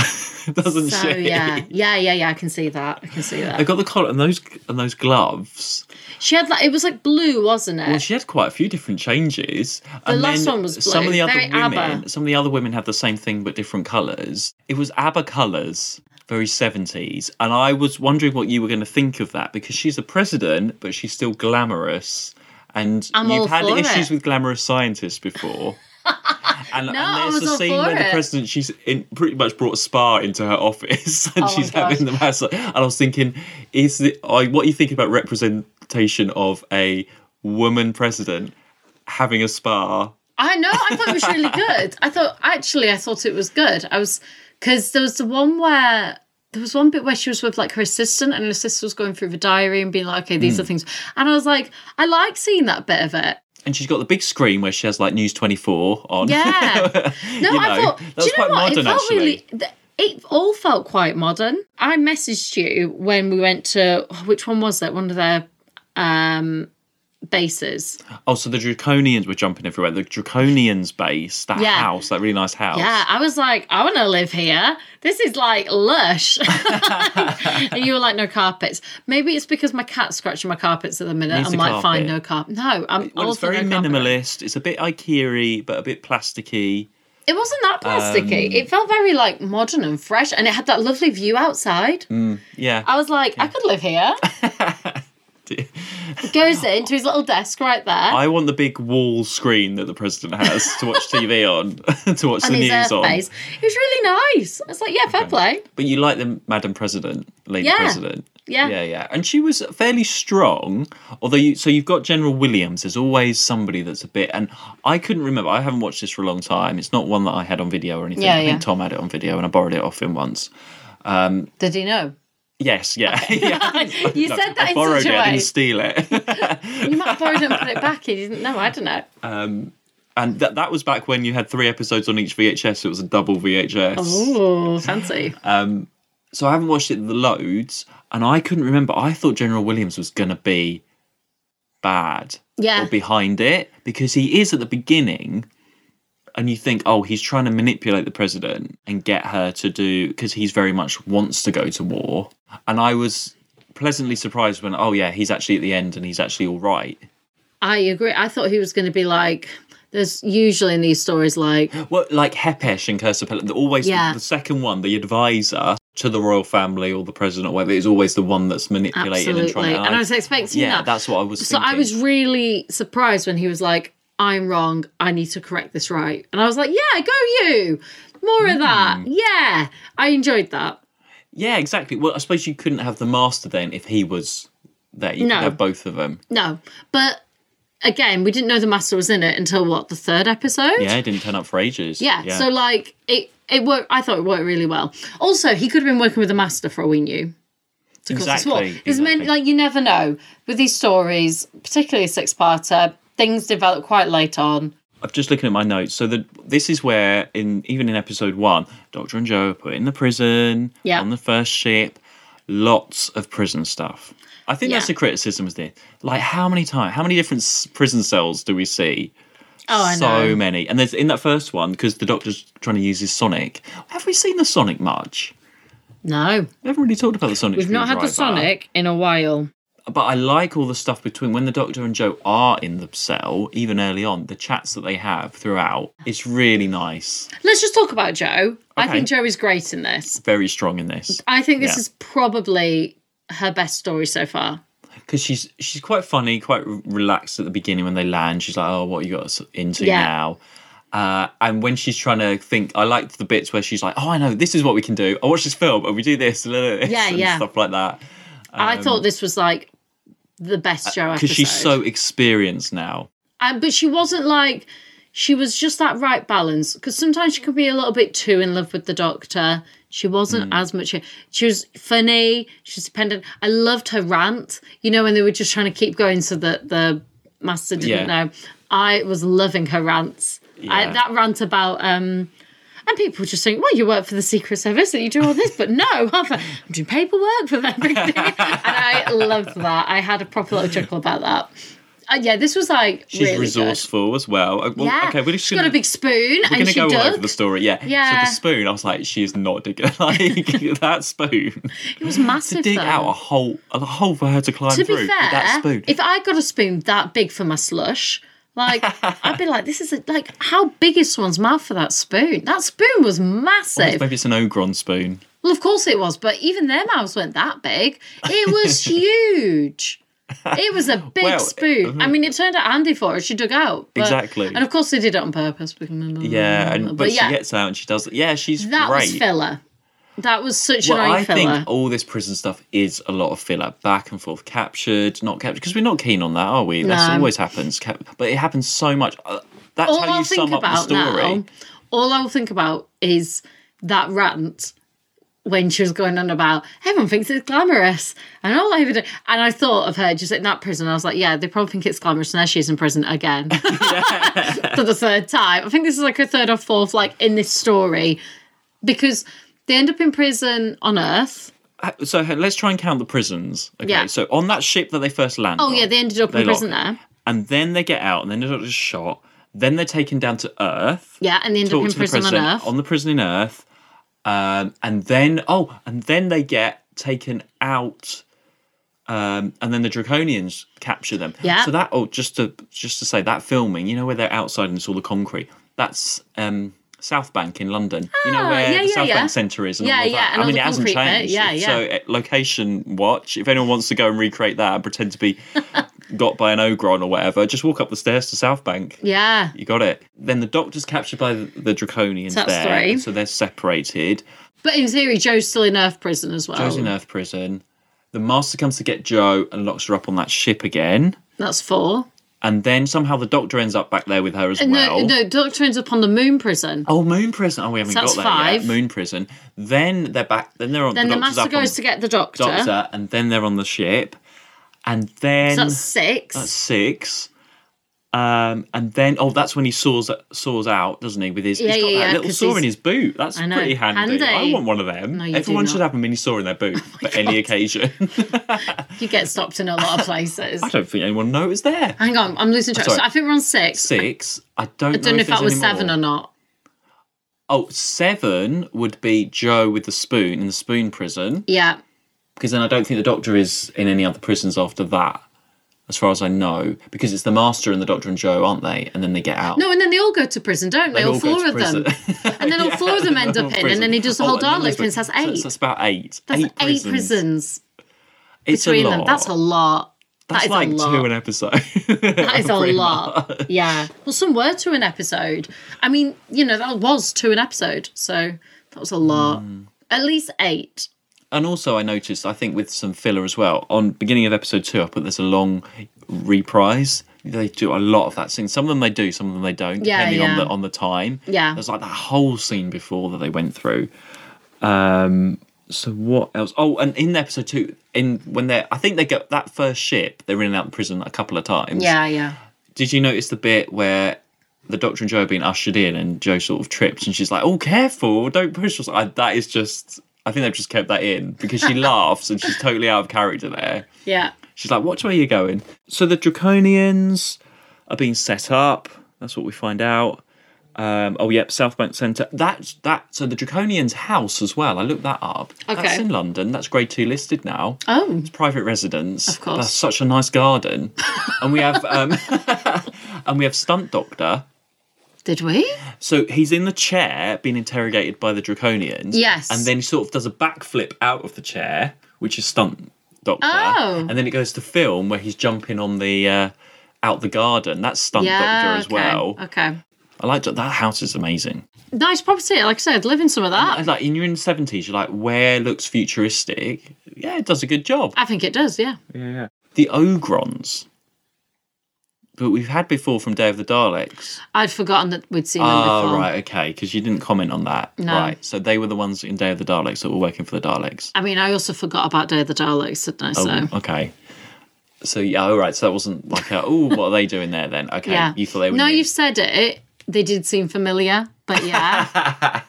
Speaker 3: Doesn't
Speaker 2: So
Speaker 3: she?
Speaker 2: yeah, yeah, yeah, yeah. I can see that. I can see
Speaker 3: I
Speaker 2: that.
Speaker 3: got the collar and those and those gloves.
Speaker 2: She had like it was like blue, wasn't it?
Speaker 3: Well, she had quite a few different changes. The
Speaker 2: last one was
Speaker 3: Some of
Speaker 2: blue,
Speaker 3: the other
Speaker 2: very
Speaker 3: women,
Speaker 2: ABBA.
Speaker 3: some of the other women had the same thing but different colours. It was ABBA colours, very seventies, and I was wondering what you were going to think of that because she's the president, but she's still glamorous. And
Speaker 2: I'm
Speaker 3: you've
Speaker 2: all
Speaker 3: had
Speaker 2: for
Speaker 3: issues
Speaker 2: it.
Speaker 3: with glamorous scientists before. And, and
Speaker 2: I
Speaker 3: there's
Speaker 2: was
Speaker 3: the
Speaker 2: all
Speaker 3: scene
Speaker 2: for
Speaker 3: where the
Speaker 2: it.
Speaker 3: president she's in, pretty much brought a spa into her office and
Speaker 2: Oh my
Speaker 3: she's having
Speaker 2: gosh.
Speaker 3: the massage. And I was thinking, is the, I, what are you thinking about representation of a woman president having a spa?
Speaker 2: I know. I thought it was really good. I thought actually, I thought it was good. I was because there was the one where there was one bit where she was with like her assistant, and her assistant was going through the diary and being like, "Okay, these
Speaker 3: Hmm.
Speaker 2: are things," and I was like, "I like seeing that bit of it."
Speaker 3: And she's got the big screen where she has like News 24 on.
Speaker 2: Yeah. No,
Speaker 3: You
Speaker 2: I
Speaker 3: know,
Speaker 2: thought.
Speaker 3: that
Speaker 2: Do
Speaker 3: was
Speaker 2: you know
Speaker 3: quite
Speaker 2: what?
Speaker 3: modern,
Speaker 2: it felt
Speaker 3: actually.
Speaker 2: really. th- It all felt quite modern. I messaged you when we went to which one was that? One of their um bases.
Speaker 3: oh, so the Draconians were jumping everywhere. The Draconians base, that
Speaker 2: Yeah.
Speaker 3: house, that really nice house.
Speaker 2: Yeah, Uh, I was like, I want to live here. This is like lush. and you were like, no carpets. Maybe it's because my cat's scratching my carpets at the minute.
Speaker 3: Needs
Speaker 2: I
Speaker 3: a
Speaker 2: might find no carpet.
Speaker 3: carpet.
Speaker 2: No, I'm
Speaker 3: Well, it's
Speaker 2: also
Speaker 3: very
Speaker 2: no carpet.
Speaker 3: minimalist. It's a bit Ikea but a bit plasticky.
Speaker 2: It wasn't that plasticky.
Speaker 3: Um,
Speaker 2: it felt very like modern and fresh, and it had that lovely view outside.
Speaker 3: Mm. Yeah.
Speaker 2: I was like, I could live here. Goes into his little desk right there.
Speaker 3: I want the big wall screen that the president has to watch TV on, to watch
Speaker 2: on
Speaker 3: the
Speaker 2: his
Speaker 3: news
Speaker 2: earth
Speaker 3: on.
Speaker 2: base. It was really nice. I was like, yeah, fair play.
Speaker 3: But you like the Madam President, Lady
Speaker 2: Yeah.
Speaker 3: President.
Speaker 2: Yeah.
Speaker 3: Yeah, yeah. And she was fairly strong, although you so you've got General Williams, there's always somebody that's a bit and I couldn't remember. I haven't watched this for a long time. It's not one that I had on video or anything.
Speaker 2: Yeah,
Speaker 3: I think
Speaker 2: yeah.
Speaker 3: Tom had it on video and I borrowed it off him once.
Speaker 2: Did he know?
Speaker 3: Yes, yeah. yeah.
Speaker 2: you
Speaker 3: No,
Speaker 2: said that
Speaker 3: I
Speaker 2: in
Speaker 3: borrowed
Speaker 2: such a
Speaker 3: it, I
Speaker 2: way.
Speaker 3: didn't steal it.
Speaker 2: You might have borrowed it and put it back. He didn't know. I don't know.
Speaker 3: and that that was back when you had three episodes on each VHS, so it was a double VHS.
Speaker 2: Ooh, fancy.
Speaker 3: so I haven't watched it the loads, and I couldn't remember. I thought General Williams was gonna be bad
Speaker 2: Yeah.
Speaker 3: or behind it because he is at the beginning, and you think, oh, he's trying to manipulate the president and get her to do because he's very much wants to go to war. And I was pleasantly surprised when, oh yeah, he's actually at the end and he's actually all right.
Speaker 2: I agree. I thought he was going to be like, there's usually in these stories like,
Speaker 3: Well, like Hepesh and Cursor Pellet, they're always
Speaker 2: Yeah.
Speaker 3: the, second one, the advisor to the royal family or the president or whatever, is always the one that's manipulating and trying
Speaker 2: absolutely.
Speaker 3: to.
Speaker 2: And I was expecting
Speaker 3: yeah,
Speaker 2: that.
Speaker 3: that's what I was.
Speaker 2: So I
Speaker 3: thinking.
Speaker 2: was really surprised when he was like, I'm wrong. I need to correct this right. And I was like, yeah, go you. More of
Speaker 3: Hmm.
Speaker 2: that. Yeah. I enjoyed that.
Speaker 3: Yeah, exactly. Well, I suppose you couldn't have the master then if he was there. You
Speaker 2: No.
Speaker 3: could have both of them.
Speaker 2: No. But again, we didn't know the master was in it until what, the third episode?
Speaker 3: Yeah, he didn't turn up for ages.
Speaker 2: Yeah. So like it it worked I thought it worked really well. Also, he could have been working with the master for all we knew. To cause this war.
Speaker 3: Exactly,
Speaker 2: There's many-
Speaker 3: exactly.
Speaker 2: like you never know. With these stories, particularly a six parter, things develop quite late on.
Speaker 3: I'm just looking at my notes. So the this is where in even in episode one, Doctor and Joe are put in the prison
Speaker 2: Yeah.
Speaker 3: on the first ship. Lots of prison stuff. I think that's
Speaker 2: Yeah.
Speaker 3: the criticism is there. Like how many times, how many different s- prison cells do we see?
Speaker 2: Oh, I
Speaker 3: so
Speaker 2: know.
Speaker 3: many. And there's in that first one because the Doctor's trying to use his Sonic. Have we seen the Sonic much?
Speaker 2: No.
Speaker 3: We haven't really talked about the Sonic.
Speaker 2: We've not had the
Speaker 3: screwdriver.
Speaker 2: Sonic in a while.
Speaker 3: but I like all the stuff between when the Doctor and Joe are in the cell, even early on, the chats that they have throughout. It's really nice.
Speaker 2: Let's just talk about Joe. I
Speaker 3: Okay.
Speaker 2: think Joe is great in this.
Speaker 3: Very strong in this
Speaker 2: I think this
Speaker 3: Yeah.
Speaker 2: is probably her best story so far.
Speaker 3: because she's she's quite funny, quite r- relaxed at the beginning when they land. She's like, "Oh, what you got us into
Speaker 2: Yeah.
Speaker 3: now?" Uh, and when she's trying to think, I liked the bits where she's like, "Oh, I know this is what we can do. I watch this film and we do this, and, this,
Speaker 2: Yeah,
Speaker 3: and
Speaker 2: yeah.
Speaker 3: stuff like that."
Speaker 2: I thought this was like the best Joe episode.
Speaker 3: Because Um, uh, she's so experienced now.
Speaker 2: Um, but she wasn't like she was just that right balance because sometimes she could be a little bit too in love with the doctor. She wasn't
Speaker 3: Hmm.
Speaker 2: as much. uh, She was funny. She was dependent. I loved her rant. You know when they were just trying to keep going so that the master didn't
Speaker 3: Yeah.
Speaker 2: know. I was loving her rants. I,
Speaker 3: Yeah.
Speaker 2: that rant about um, And people just think, well, you work for the Secret Service and you do all this, but no, I'm doing paperwork for everything. and I loved that. I had a proper little chuckle about that. Uh, yeah, this was like
Speaker 3: She's
Speaker 2: really good.
Speaker 3: resourceful as well. Uh, well,
Speaker 2: Yeah,
Speaker 3: Okay, we're just
Speaker 2: she's got a big spoon
Speaker 3: We're
Speaker 2: and
Speaker 3: gonna
Speaker 2: she
Speaker 3: go all over
Speaker 2: dug.
Speaker 3: the story, yeah.
Speaker 2: Yeah.
Speaker 3: So the spoon, I was like, she is not digging like that spoon.
Speaker 2: It was massive.
Speaker 3: Dig
Speaker 2: though.
Speaker 3: out a hole, a hole for her to climb
Speaker 2: to
Speaker 3: through.
Speaker 2: be fair,
Speaker 3: with that spoon.
Speaker 2: if I got a spoon that big for my slush, like I'd be like, this is a, like how big is someone's mouth for that spoon? That spoon was massive.
Speaker 3: Maybe it's an ogron spoon.
Speaker 2: Well, of course it was, but even their mouths weren't that big. It was huge. It was a big
Speaker 3: Well, uh-huh.
Speaker 2: spoon. I mean, it turned out handy for her. She dug out but-
Speaker 3: Exactly.
Speaker 2: and of course they did it on purpose. We can-
Speaker 3: Yeah, and, but,
Speaker 2: Mm, but yeah,
Speaker 3: she gets out and she does. Yeah, she's
Speaker 2: that
Speaker 3: great.
Speaker 2: was filler. That was such
Speaker 3: Well,
Speaker 2: an eye
Speaker 3: I
Speaker 2: filler.
Speaker 3: think all this prison stuff is a lot of filler, back and forth, captured, not captured, because we're not keen on that, are we? That's
Speaker 2: No.
Speaker 3: always happens, cap- but it happens so much. Uh, that's
Speaker 2: all
Speaker 3: how you
Speaker 2: I'll
Speaker 3: sum
Speaker 2: think
Speaker 3: up the
Speaker 2: about
Speaker 3: story.
Speaker 2: now, all I'll think about is that rant when she was going on about everyone thinks it's glamorous and all I ever do. And I thought of her just in that prison. I was like, yeah, they probably think it's glamorous. And there she is in prison again for the third time. I think this is like her third or fourth, like in this story, because they end up in prison on Earth.
Speaker 3: So h- let's try and count the prisons. Okay,
Speaker 2: Yeah.
Speaker 3: so on that ship that they first land.
Speaker 2: Oh,
Speaker 3: on,
Speaker 2: yeah, they ended up
Speaker 3: they
Speaker 2: in prison
Speaker 3: lock-
Speaker 2: there.
Speaker 3: And then they get out and then they're just shot. Then they're taken down to Earth.
Speaker 2: Yeah, and they end up
Speaker 3: talk
Speaker 2: in
Speaker 3: to the
Speaker 2: prison on
Speaker 3: president
Speaker 2: Earth.
Speaker 3: on the prison in Earth, um, and then oh, and then they get taken out, um, and then the draconians capture them.
Speaker 2: Yeah.
Speaker 3: So that oh, just to just to say that filming, you know where they're outside and it's all the concrete. That's um, South Bank in London. you know
Speaker 2: Ah,
Speaker 3: where
Speaker 2: yeah,
Speaker 3: the
Speaker 2: yeah,
Speaker 3: South
Speaker 2: yeah.
Speaker 3: Bank Centre is. And
Speaker 2: Yeah,
Speaker 3: all of
Speaker 2: yeah,
Speaker 3: that.
Speaker 2: and
Speaker 3: I
Speaker 2: all
Speaker 3: mean,
Speaker 2: the
Speaker 3: it hasn't
Speaker 2: concrete bit.
Speaker 3: changed.
Speaker 2: Yeah,
Speaker 3: It's-
Speaker 2: yeah.
Speaker 3: So uh, location watch. If anyone wants to go and recreate that and pretend to be got by an ogron or whatever, just walk up the stairs to South Bank.
Speaker 2: Yeah.
Speaker 3: You got it. Then the doctor's captured by the, the draconians
Speaker 2: That's
Speaker 3: there,
Speaker 2: three.
Speaker 3: and so they're separated.
Speaker 2: But in theory, Joe's still in Earth prison as well.
Speaker 3: Joe's in Earth prison. The master comes to get Joe and locks her up on that ship again.
Speaker 2: That's four.
Speaker 3: And then somehow the doctor ends up back there with her as
Speaker 2: And
Speaker 3: well.
Speaker 2: no, no, Doctor ends up on the moon prison.
Speaker 3: Oh, Moon Prison. Oh, we haven't
Speaker 2: So that's
Speaker 3: got that
Speaker 2: five.
Speaker 3: yet. Moon Prison. Then they're back. Then they're on.
Speaker 2: Then the
Speaker 3: doctor's
Speaker 2: master
Speaker 3: up on
Speaker 2: goes to get the doctor.
Speaker 3: doctor, and then they're on the ship, and then
Speaker 2: So that's six.
Speaker 3: That's six. Um, and then oh, that's when he saws saws out, doesn't he? With his
Speaker 2: Yeah,
Speaker 3: he's got
Speaker 2: yeah,
Speaker 3: that
Speaker 2: yeah,
Speaker 3: little
Speaker 2: 'cause
Speaker 3: saw in
Speaker 2: he's-
Speaker 3: his boot. That's
Speaker 2: I know.
Speaker 3: pretty handy. I
Speaker 2: Handy.
Speaker 3: want one of them.
Speaker 2: No, you do
Speaker 3: Everyone should
Speaker 2: not. Oh
Speaker 3: have a mini saw in their boot for any occasion.
Speaker 2: you get stopped in a lot of places.
Speaker 3: I don't think anyone knows it's there.
Speaker 2: Hang on, I'm losing track.
Speaker 3: sorry.
Speaker 2: So I think we're on six.
Speaker 3: Six. I don't.
Speaker 2: I don't know if
Speaker 3: there's
Speaker 2: that was
Speaker 3: any
Speaker 2: seven
Speaker 3: more.
Speaker 2: or not.
Speaker 3: Oh, seven would be Joe with the spoon in the spoon prison
Speaker 2: Yeah.
Speaker 3: because then I don't think the doctor is in any other prisons after that, as far as I know, because it's the master and the doctor and Joe, aren't they? And then they get out.
Speaker 2: No, and then they all go to prison, don't they? all,
Speaker 3: go
Speaker 2: four
Speaker 3: to
Speaker 2: of them.
Speaker 3: prison.
Speaker 2: And then all
Speaker 3: Yeah,
Speaker 2: four of them end
Speaker 3: they're all
Speaker 2: up in,
Speaker 3: prison.
Speaker 2: and then he does the
Speaker 3: Oh,
Speaker 2: whole
Speaker 3: and then
Speaker 2: Dalek
Speaker 3: there's
Speaker 2: thing.
Speaker 3: the-
Speaker 2: That's
Speaker 3: so
Speaker 2: eight.
Speaker 3: it's- That's about eight.
Speaker 2: That's
Speaker 3: eight,
Speaker 2: eight
Speaker 3: prisons.
Speaker 2: prisons
Speaker 3: It's a
Speaker 2: between them.
Speaker 3: lot.
Speaker 2: That's a lot. That
Speaker 3: That's
Speaker 2: is
Speaker 3: like
Speaker 2: a lot.
Speaker 3: two an episode.
Speaker 2: That is a
Speaker 3: Pretty
Speaker 2: lot. Yeah. Well, some were to an episode. I mean, you know, that was to an episode. So that was a lot.
Speaker 3: Hmm.
Speaker 2: At least eight.
Speaker 3: and also, I noticed, I think, with some filler as well. On beginning of episode two, I put there's a long reprise. They do a lot of that scene. Some of them they do, some of them they don't,
Speaker 2: Yeah,
Speaker 3: depending on
Speaker 2: yeah.
Speaker 3: the on the time.
Speaker 2: Yeah.
Speaker 3: there's like that whole scene before that they went through. Um, so what else? Oh, and in episode two, in when they're, I think they get that first ship. They're in and out of prison a couple of times.
Speaker 2: Yeah, yeah.
Speaker 3: did you notice the bit where the doctor and Joe are being ushered in and Joe sort of trips and she's like, "Oh, careful! Don't push us." I, that is just. I think they've just kept that in because she laughs and she's totally out of character there.
Speaker 2: Yeah.
Speaker 3: She's like, "Watch where you're going." So the draconians are being set up. That's what we find out. Um, oh, yep, South Bank Centre. That's that. So the draconians' house as well. I looked that up. That's
Speaker 2: Okay.
Speaker 3: in London. That's Grade Two listed now
Speaker 2: Oh.
Speaker 3: private residence. Of
Speaker 2: course.
Speaker 3: that's such a nice garden, and we have um, and we have stunt doctor.
Speaker 2: Did we?
Speaker 3: So he's in the chair being interrogated by the draconians.
Speaker 2: Yes.
Speaker 3: and then he sort of does a backflip out of the chair, which is stunt doctor.
Speaker 2: Oh.
Speaker 3: and then it goes to film where he's jumping on the uh, out the garden. That's stunt doctor as
Speaker 2: okay.
Speaker 3: well.
Speaker 2: Okay.
Speaker 3: I like that. That house is amazing.
Speaker 2: Nice property. Like I said, live in some of
Speaker 3: And
Speaker 2: that.
Speaker 3: like, and you're in the seventies. You're like, where looks futuristic? Yeah, it does a good job.
Speaker 2: I think it does, yeah.
Speaker 3: the Ogrons that we've had before from Day of the Daleks.
Speaker 2: I'd forgotten that we'd seen them
Speaker 3: Oh,
Speaker 2: before.
Speaker 3: right, okay, because you didn't comment on that. Right, so they were the ones in Day of the Daleks that were working for the Daleks.
Speaker 2: I mean, I also forgot about Day of the Daleks, didn't I? So
Speaker 3: Oh, okay. So, yeah, all right, so that wasn't like a, oh, what are they doing there then? Okay,
Speaker 2: yeah.
Speaker 3: you thought they were.
Speaker 2: no,
Speaker 3: new.
Speaker 2: you've said it. They did seem familiar, but but yeah,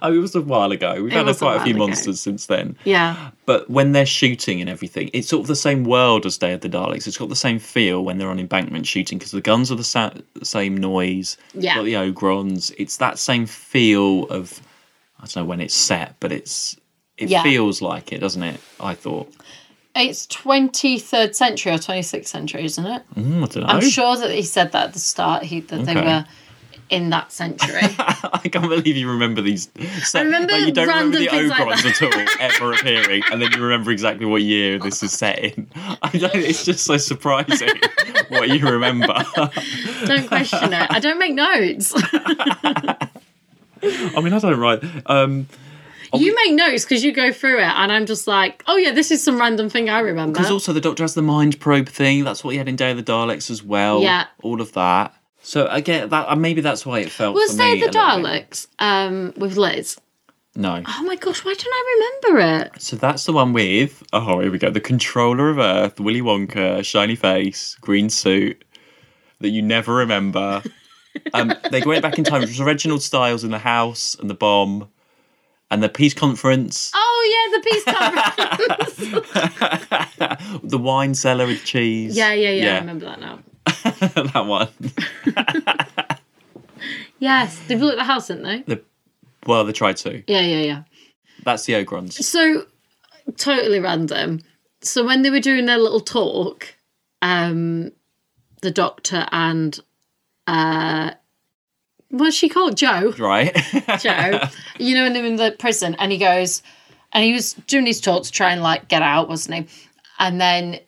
Speaker 3: Oh, it was a while ago. We've
Speaker 2: It
Speaker 3: had a
Speaker 2: was a
Speaker 3: quite a few
Speaker 2: while ago.
Speaker 3: monsters since then.
Speaker 2: yeah.
Speaker 3: But when they're shooting and everything, it's sort of the same world as Day of the Daleks. It's got the same feel when they're on embankment shooting because the guns are the sa- same noise. It's
Speaker 2: Yeah.
Speaker 3: Got the Ogrons. It's that same feel of, I don't know when it's set, but it's it
Speaker 2: Yeah.
Speaker 3: feels like it, doesn't it? I thought.
Speaker 2: It's 23rd century or 26th century, isn't it?
Speaker 3: Mm, I don't know.
Speaker 2: I'm sure that he said that at the start, he, that they
Speaker 3: Okay.
Speaker 2: were in that century.
Speaker 3: I can't believe you remember these. set-
Speaker 2: remember
Speaker 3: like you don't remember the
Speaker 2: random
Speaker 3: Ogrons
Speaker 2: things
Speaker 3: at all ever appearing, and then you remember exactly what year this is set in. I know, it's just so surprising what you remember.
Speaker 2: don't question it. I don't make notes.
Speaker 3: I mean, I don't write. Um,
Speaker 2: you make notes because you go through it, and I'm just like, oh yeah, this is some random thing I remember.
Speaker 3: Because also the Doctor has the mind probe thing. That's what he had in Day of the Daleks as well.
Speaker 2: Yeah.
Speaker 3: all of that. So I get that. uh, Maybe that's why it felt.
Speaker 2: was
Speaker 3: for
Speaker 2: there
Speaker 3: me
Speaker 2: the
Speaker 3: a little bit-
Speaker 2: Daleks um, with Liz?
Speaker 3: No.
Speaker 2: Oh my gosh, why don't I remember it?
Speaker 3: So that's the one with. Oh, here we go. The controller of Earth, Willy Wonka, shiny face, green suit that you never remember. um, they went back in time. It was Reginald Styles in the house and the bomb, and the peace conference,
Speaker 2: Oh yeah, the peace conference.
Speaker 3: the wine cellar with cheese.
Speaker 2: yeah, yeah, yeah, I remember that now.
Speaker 3: that one.
Speaker 2: Yes, they blew up the house, didn't they?
Speaker 3: Well, they tried to.
Speaker 2: Yeah, yeah, yeah.
Speaker 3: That's the Ogrons.
Speaker 2: So totally random. So when they were doing their little talk, um, the doctor and uh, what's she called? Joe.
Speaker 3: Right.
Speaker 2: Joe, you know, and they're in the prison, and he goes, and he was doing his talk to try and like get out, wasn't he? And then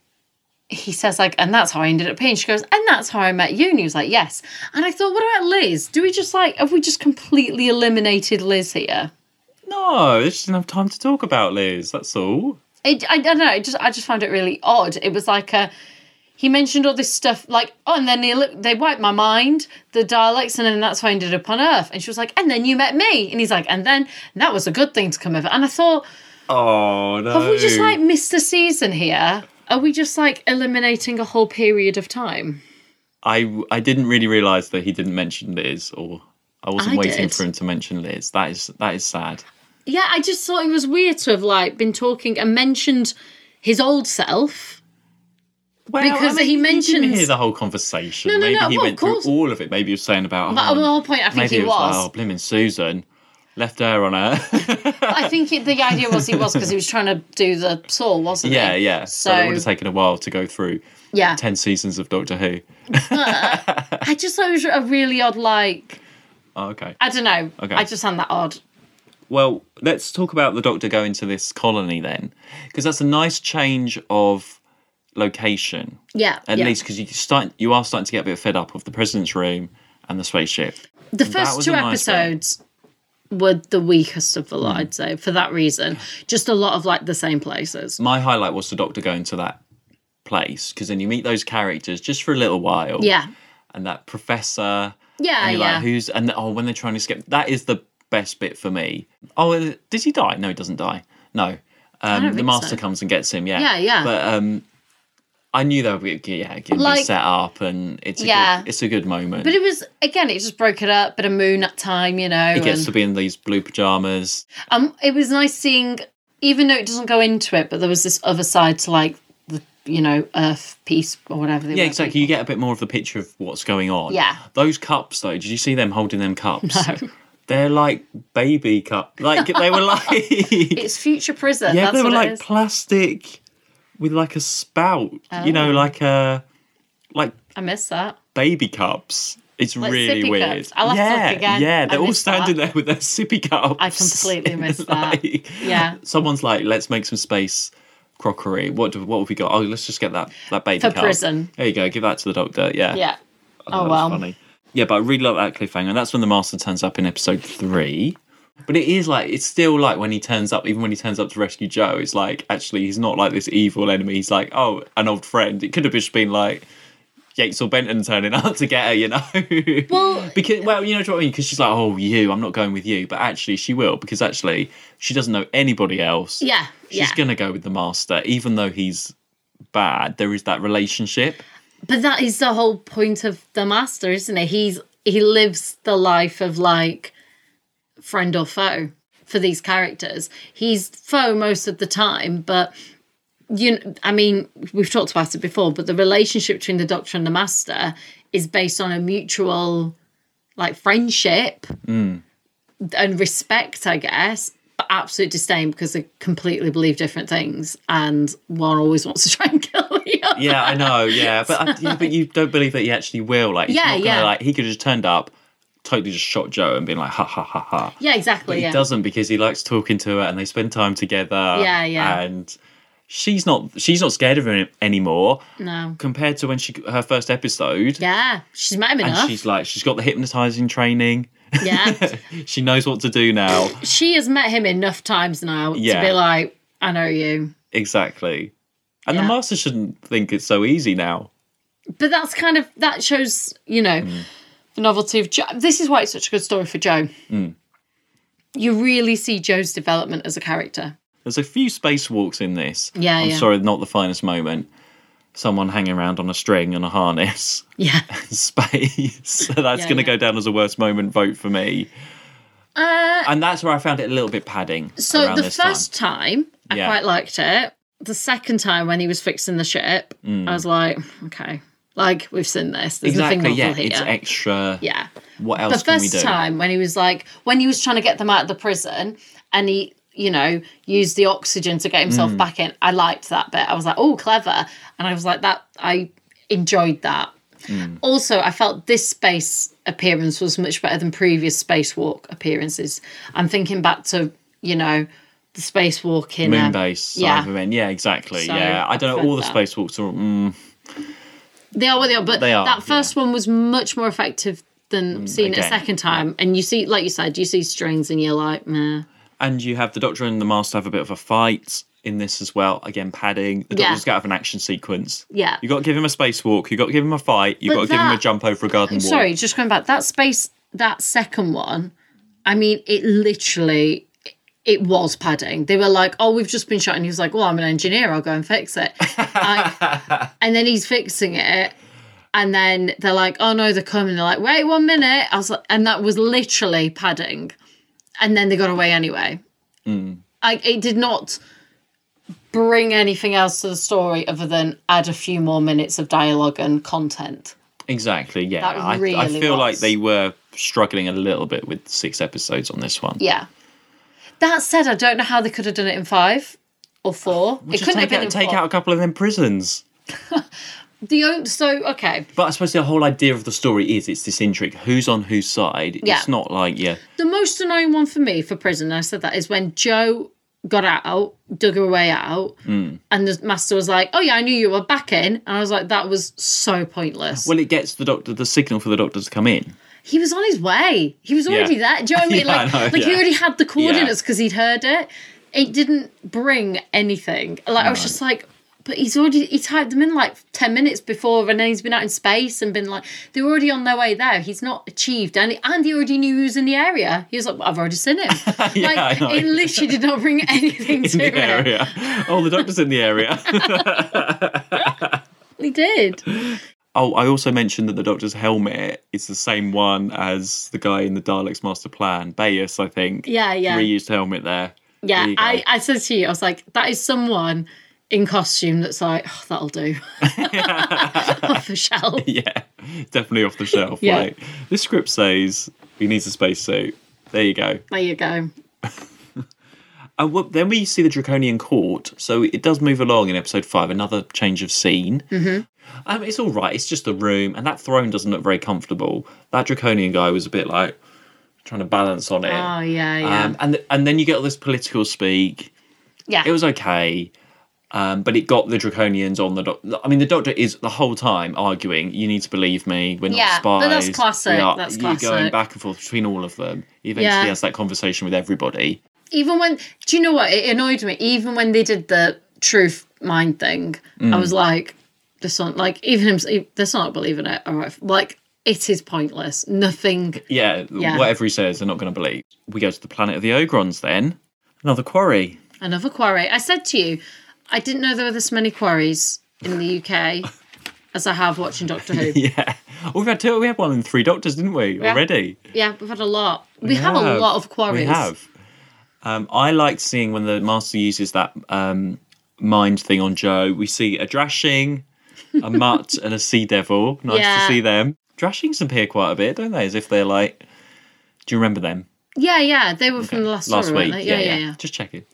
Speaker 2: he says like, and that's how I ended up here. And she goes, and that's how I met you. And he was like, yes. And I thought, what about Liz? Do we just like, have we just completely eliminated Liz here?
Speaker 3: No, they just didn't have time to talk about Liz. That's all.
Speaker 2: It, I, I don't know. It just I just found it really odd. It was like a. He mentioned all this stuff like, oh, and then they, look- they wiped my mind, the Daleks, and then that's how I ended up on Earth. And she was like, and then you met me. And he's like, and then and that was a good thing to come over. And I thought,
Speaker 3: Oh no.
Speaker 2: have we just like missed the season here? Are we just like eliminating a whole period of time?
Speaker 3: I I didn't really realise that he didn't mention Liz, or I wasn't
Speaker 2: I
Speaker 3: waiting
Speaker 2: did.
Speaker 3: for him to mention Liz. That is that is sad.
Speaker 2: Yeah, I just thought it was weird to have like been talking and mentioned his old self.
Speaker 3: Well,
Speaker 2: Because he
Speaker 3: didn't
Speaker 2: mentions-
Speaker 3: hear the whole conversation.
Speaker 2: No, no,
Speaker 3: Maybe
Speaker 2: no,
Speaker 3: he
Speaker 2: well,
Speaker 3: went
Speaker 2: of
Speaker 3: through
Speaker 2: course.
Speaker 3: all of it. Maybe he was saying about.
Speaker 2: But
Speaker 3: oh,
Speaker 2: the whole point I think
Speaker 3: maybe
Speaker 2: he
Speaker 3: it was, like,
Speaker 2: was-
Speaker 3: oh, blimmin' Susan, left her on her.
Speaker 2: I think it, the idea was he was because he was trying to do the soul, wasn't
Speaker 3: yeah,
Speaker 2: he?
Speaker 3: yeah. So, it would have taken a while to go through
Speaker 2: yeah.
Speaker 3: ten seasons of Doctor Who.
Speaker 2: I just thought it was a really odd, like,
Speaker 3: Oh, okay.
Speaker 2: I don't know.
Speaker 3: Okay.
Speaker 2: I just found that odd.
Speaker 3: Well, let's talk about the Doctor going to this colony then, because that's a nice change of location.
Speaker 2: Yeah.
Speaker 3: At
Speaker 2: yeah.
Speaker 3: least because you start, you are starting to get a bit fed up of the president's room and the spaceship.
Speaker 2: the
Speaker 3: was
Speaker 2: first two
Speaker 3: a nice bit.
Speaker 2: episodes were the weakest of the lot, I'd say, for that reason. Just a lot of like the same places.
Speaker 3: My highlight was the Doctor going to that place because then you meet those characters just for a little while.
Speaker 2: Yeah.
Speaker 3: And that professor.
Speaker 2: Yeah,
Speaker 3: and you're
Speaker 2: yeah.
Speaker 3: Like, Who's and oh, when they're trying to escape, that is the best bit for me. Oh, uh, did he die? No, he doesn't die. No. Um, the
Speaker 2: think
Speaker 3: master
Speaker 2: so.
Speaker 3: comes and gets him. Yeah.
Speaker 2: Yeah, yeah.
Speaker 3: But um, I knew they were g- g- yeah going to be
Speaker 2: Like-
Speaker 3: set up, and it's a
Speaker 2: Yeah.
Speaker 3: good, it's a good moment.
Speaker 2: But it was again, it just broke it up, bit of moon at time, you know.
Speaker 3: he gets
Speaker 2: and-
Speaker 3: to be in these blue pajamas.
Speaker 2: Um, it was nice seeing, even though it doesn't go into it, but there was this other side to like the you know Earth peace or whatever. They
Speaker 3: Yeah,
Speaker 2: were.
Speaker 3: exactly. You get a bit more of the picture of what's going on.
Speaker 2: Yeah.
Speaker 3: Those cups, though, did you see them holding them cups? No. They're like baby cup. Like they were like yeah,
Speaker 2: It's future prison. that's
Speaker 3: they were
Speaker 2: what
Speaker 3: like
Speaker 2: it is.
Speaker 3: plastic with like a spout. You
Speaker 2: Oh.
Speaker 3: know, like a like
Speaker 2: I miss that.
Speaker 3: baby cups. It's
Speaker 2: Like
Speaker 3: really
Speaker 2: sippy
Speaker 3: weird.
Speaker 2: cups. I'll have to
Speaker 3: yeah,
Speaker 2: look again.
Speaker 3: yeah. They're
Speaker 2: I
Speaker 3: all
Speaker 2: missed
Speaker 3: standing
Speaker 2: that.
Speaker 3: there with their sippy cups.
Speaker 2: I completely missed that.
Speaker 3: Like,
Speaker 2: Yeah.
Speaker 3: Someone's like, let's make some space crockery. What do, what have we got? Oh, let's just get that that baby
Speaker 2: For
Speaker 3: cup.
Speaker 2: prison.
Speaker 3: There you go. Give that to the doctor. Yeah.
Speaker 2: Yeah. Oh,
Speaker 3: That was
Speaker 2: well.
Speaker 3: funny. Yeah, but I really love that cliffhanger. And that's when the master turns up in episode three. But it is like it's still like when he turns up, even when he turns up to rescue Joe, it's like actually he's not like this evil enemy. He's like, oh, an old friend. It could have just been like Yates or Benton turning up to get her, you know.
Speaker 2: Well-
Speaker 3: because well, you know what I mean? Because she's like, oh, you, I'm not going with you, but actually she will because actually she doesn't know anybody else.
Speaker 2: Yeah.
Speaker 3: she's
Speaker 2: yeah.
Speaker 3: gonna go with the master, even though he's bad. There is that relationship.
Speaker 2: But that is the whole point of the master, isn't it? He's he lives the life of like friend or foe for these characters. He's foe most of the time, but you know, I mean, we've talked about it before, but the relationship between the Doctor and the Master is based on a mutual like friendship
Speaker 3: Hmm.
Speaker 2: and respect, I guess, but absolute disdain because they completely believe different things and one always wants to try and kill the other.
Speaker 3: Yeah, I know. Yeah, but I, yeah, but you don't believe that he actually will. Like, he's
Speaker 2: Yeah,
Speaker 3: not gonna,
Speaker 2: yeah.
Speaker 3: Like, he could have just turned up, totally just shot Joe and been like, ha ha ha ha.
Speaker 2: Yeah, exactly.
Speaker 3: But he
Speaker 2: yeah.
Speaker 3: doesn't because he likes talking to her and they spend time together. Yeah,
Speaker 2: yeah.
Speaker 3: And she's not she's not scared of him anymore
Speaker 2: No.
Speaker 3: compared to when she her first episode.
Speaker 2: Yeah, she's met him
Speaker 3: And
Speaker 2: enough.
Speaker 3: she's like she's got the hypnotizing training.
Speaker 2: yeah,
Speaker 3: She knows what to do now.
Speaker 2: she has met him enough times now
Speaker 3: Yeah.
Speaker 2: to be like, I know you.
Speaker 3: exactly. And the
Speaker 2: Yeah.
Speaker 3: master shouldn't think it's so easy now.
Speaker 2: But that's kind of that shows, you know,
Speaker 3: Mm.
Speaker 2: the novelty of Joe. This is why it's such a good story for Joe.
Speaker 3: Mm.
Speaker 2: You really see Joe's development as a character.
Speaker 3: There's a few spacewalks in this.
Speaker 2: Yeah,
Speaker 3: I'm
Speaker 2: yeah.
Speaker 3: sorry, not the finest moment. Someone hanging around on a string and a harness
Speaker 2: Yeah.
Speaker 3: in space. so that's
Speaker 2: Yeah,
Speaker 3: going to
Speaker 2: yeah.
Speaker 3: go down as a worst moment vote for me. and that's where I found it a little bit padding.
Speaker 2: Uh, So
Speaker 3: around
Speaker 2: the
Speaker 3: this
Speaker 2: first time, I
Speaker 3: Yeah.
Speaker 2: quite liked it. The second time when he was fixing the ship,
Speaker 3: Mm.
Speaker 2: I was like, okay, like we've seen this.
Speaker 3: time.
Speaker 2: There's
Speaker 3: exactly,
Speaker 2: nothing
Speaker 3: yeah,
Speaker 2: novel here.
Speaker 3: it's extra.
Speaker 2: yeah.
Speaker 3: What
Speaker 2: the
Speaker 3: else can we
Speaker 2: first
Speaker 3: do?
Speaker 2: time when he was like when he was trying to get them out of the prison and he you know used the oxygen to get himself
Speaker 3: Mm.
Speaker 2: back in i liked that bit i was like oh clever and i was like that i enjoyed that
Speaker 3: Mm.
Speaker 2: also i felt this space appearance was much better than previous spacewalk appearances i'm thinking back to you know the spacewalk in um,
Speaker 3: Moonbase,
Speaker 2: yeah
Speaker 3: Cybermen. Yeah, exactly.
Speaker 2: So,
Speaker 3: yeah, I don't know. All the
Speaker 2: prefer that.
Speaker 3: spacewalks are. Mm,
Speaker 2: They are what they are, but
Speaker 3: They are, Mm,
Speaker 2: that first one was much more effective than seeing it a
Speaker 3: again,
Speaker 2: second time. And you see, like you said, you see strings and you're like, meh.
Speaker 3: and you have the Doctor and the Master have a bit of a fight in this as well. Again, padding. The
Speaker 2: Yeah.
Speaker 3: Doctor's got to have an action sequence.
Speaker 2: Yeah.
Speaker 3: You got to give him a spacewalk. You got to give him a fight. You
Speaker 2: But
Speaker 3: got to give him a
Speaker 2: that-
Speaker 3: jump over a garden wall.
Speaker 2: Sorry, just going back, that space, that second one, I mean, it literally, it was padding. They were like, oh, we've just been shot. And he was like, well, I'm an engineer. I'll go and fix it. Like, and then he's fixing it. And then they're like, oh no, they're coming. They're like, wait one minute. I was like, and that was literally padding. And then they got away anyway. I, it did not bring anything else to the story other than add a few more minutes of dialogue and content.
Speaker 3: Exactly. Yeah.
Speaker 2: That
Speaker 3: I, I
Speaker 2: really
Speaker 3: feel like
Speaker 2: was.
Speaker 3: they were struggling a little bit with six episodes on this one.
Speaker 2: Yeah. That said, I don't know how they could have done it in five or four. it
Speaker 3: Just
Speaker 2: couldn't have
Speaker 3: take,
Speaker 2: been
Speaker 3: out,
Speaker 2: in
Speaker 3: take
Speaker 2: four.
Speaker 3: out a couple of them prisons.
Speaker 2: The o- so okay.
Speaker 3: But I suppose the whole idea of the story is it's this intrigue. Who's on whose side?
Speaker 2: Yeah.
Speaker 3: It's not like yeah.
Speaker 2: The most annoying one for me for prison, I said that, is when Joe got out, dug her way out,
Speaker 3: Hmm.
Speaker 2: and the master was like, "Oh yeah, I knew you were back in," and I was like, "That was so pointless."
Speaker 3: Well, it gets the doctor the signal for the doctor to come in.
Speaker 2: he was on his way. He was already
Speaker 3: Yeah.
Speaker 2: there. Do you know what I mean?
Speaker 3: Yeah, I
Speaker 2: like,
Speaker 3: know,
Speaker 2: like he
Speaker 3: yeah.
Speaker 2: already had the coordinates because he'd heard it. It didn't bring anything. Like I was just like, but he's already he typed them in like ten minutes before, and then he's been out in space and been like, they were already on their way there. He's not achieved, and and he already knew he was in the area. He was like, well, I've already seen him.
Speaker 3: I
Speaker 2: like
Speaker 3: know.
Speaker 2: it literally did not bring anything
Speaker 3: In
Speaker 2: to
Speaker 3: the
Speaker 2: it.
Speaker 3: area. Oh, the doctor's in the area.
Speaker 2: He did.
Speaker 3: Oh, I also mentioned that the doctor's helmet is the same one as the guy in the Daleks Master Plan, Bayus, I think.
Speaker 2: Yeah, yeah.
Speaker 3: Reused helmet there. There
Speaker 2: Yeah,
Speaker 3: you go.
Speaker 2: I, I said to you, I was like, that is someone in costume that's like, oh, that'll do. Off the shelf.
Speaker 3: yeah, definitely off the shelf.
Speaker 2: Yeah.
Speaker 3: Like this script says he needs a spacesuit. There you go.
Speaker 2: There you go.
Speaker 3: And wh- Uh, then we see the draconian court. So it does move along in episode five. Another change of scene. Mm-hmm. Um, it's all right. It's just a room, and that throne doesn't look very comfortable. That draconian guy was a bit like trying to balance on it.
Speaker 2: Oh, yeah, yeah.
Speaker 3: Um, and th- and then you get all this political speak.
Speaker 2: yeah.
Speaker 3: It was okay, um, but it got the draconians on the. Doc- I mean, the doctor is the whole time arguing. You need to believe me. We're not
Speaker 2: Yeah,
Speaker 3: spies.
Speaker 2: but that's classic,
Speaker 3: We are-"
Speaker 2: that's
Speaker 3: You're going
Speaker 2: classic.
Speaker 3: back and forth between all of them. He eventually
Speaker 2: Yeah.
Speaker 3: has that conversation with everybody.
Speaker 2: Even when, do you know what? It annoyed me. Even when they did the truth mind thing,
Speaker 3: Mm.
Speaker 2: I was like, this one, like, even him, this not believing it. All right. Like, it is pointless. Nothing.
Speaker 3: Yeah,
Speaker 2: Yeah.
Speaker 3: whatever he says, they're not going to believe. We go to the planet of the Ogrons then. Another quarry.
Speaker 2: Another quarry. I said to you, I didn't know there were this many quarries in the UK as I have watching Doctor Who.
Speaker 3: Yeah, Oh, we've had two. We had one in Three Doctors, didn't we?
Speaker 2: Yeah.
Speaker 3: Already.
Speaker 2: Yeah, we've had a lot. We, have, a lot of quarries.
Speaker 3: We have. Um, I like seeing when the master uses that um, mind thing on Joe. We see a drashing, a mutt, and a sea devil. Nice
Speaker 2: Yeah.
Speaker 3: to see them. Drashings appear quite a bit, don't they? As if they're like, do you remember them?
Speaker 2: Yeah, yeah, they were from the Mm, last,
Speaker 3: Last
Speaker 2: story,
Speaker 3: week,
Speaker 2: weren't they? Yeah, yeah, yeah.
Speaker 3: Just check it.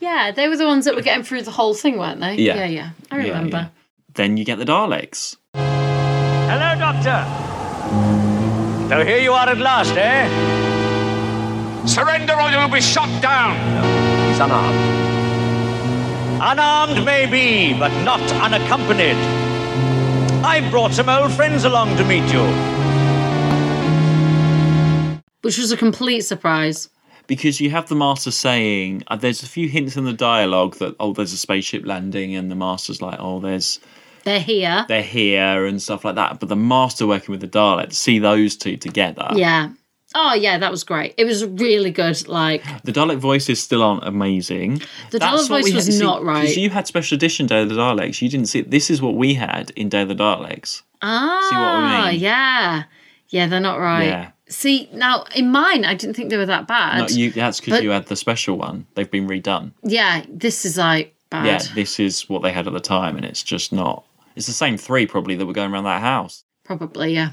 Speaker 2: Yeah, they were the ones that were getting through the whole thing, weren't they?
Speaker 3: Yeah.
Speaker 2: yeah. yeah. I remember.
Speaker 3: Then you get the Daleks.
Speaker 8: Hello, Doctor. So here you are at last, eh?
Speaker 5: Surrender or you will be shot down.
Speaker 8: He's unarmed. Unarmed, maybe, but not unaccompanied. I've brought some old friends along to meet you.
Speaker 2: Which was a complete surprise.
Speaker 3: because you have the master saying uh, there's a few hints in the dialogue that oh there's a spaceship landing and the master's like oh there's
Speaker 2: They're here.
Speaker 3: they're here and stuff like that but the master working with the dalek see those two together
Speaker 2: yeah. Oh yeah, that was great. It was really good. Like
Speaker 3: the dalek voices still aren't amazing
Speaker 2: The Dalek voice was not right.
Speaker 3: because you had special edition day of the daleks you didn't see it this is what we had in day of the daleks
Speaker 2: ah,
Speaker 3: what I mean?
Speaker 2: yeah, yeah, they're not right.
Speaker 3: Yeah.
Speaker 2: See now in mine, I didn't think they were that bad.
Speaker 3: no, you, that's because
Speaker 2: but-
Speaker 3: you had the special one they've been redone
Speaker 2: yeah, this is like bad.
Speaker 3: yeah this is what they had at the time and it's just not it's the same three probably that were going around that house
Speaker 2: Probably, yeah.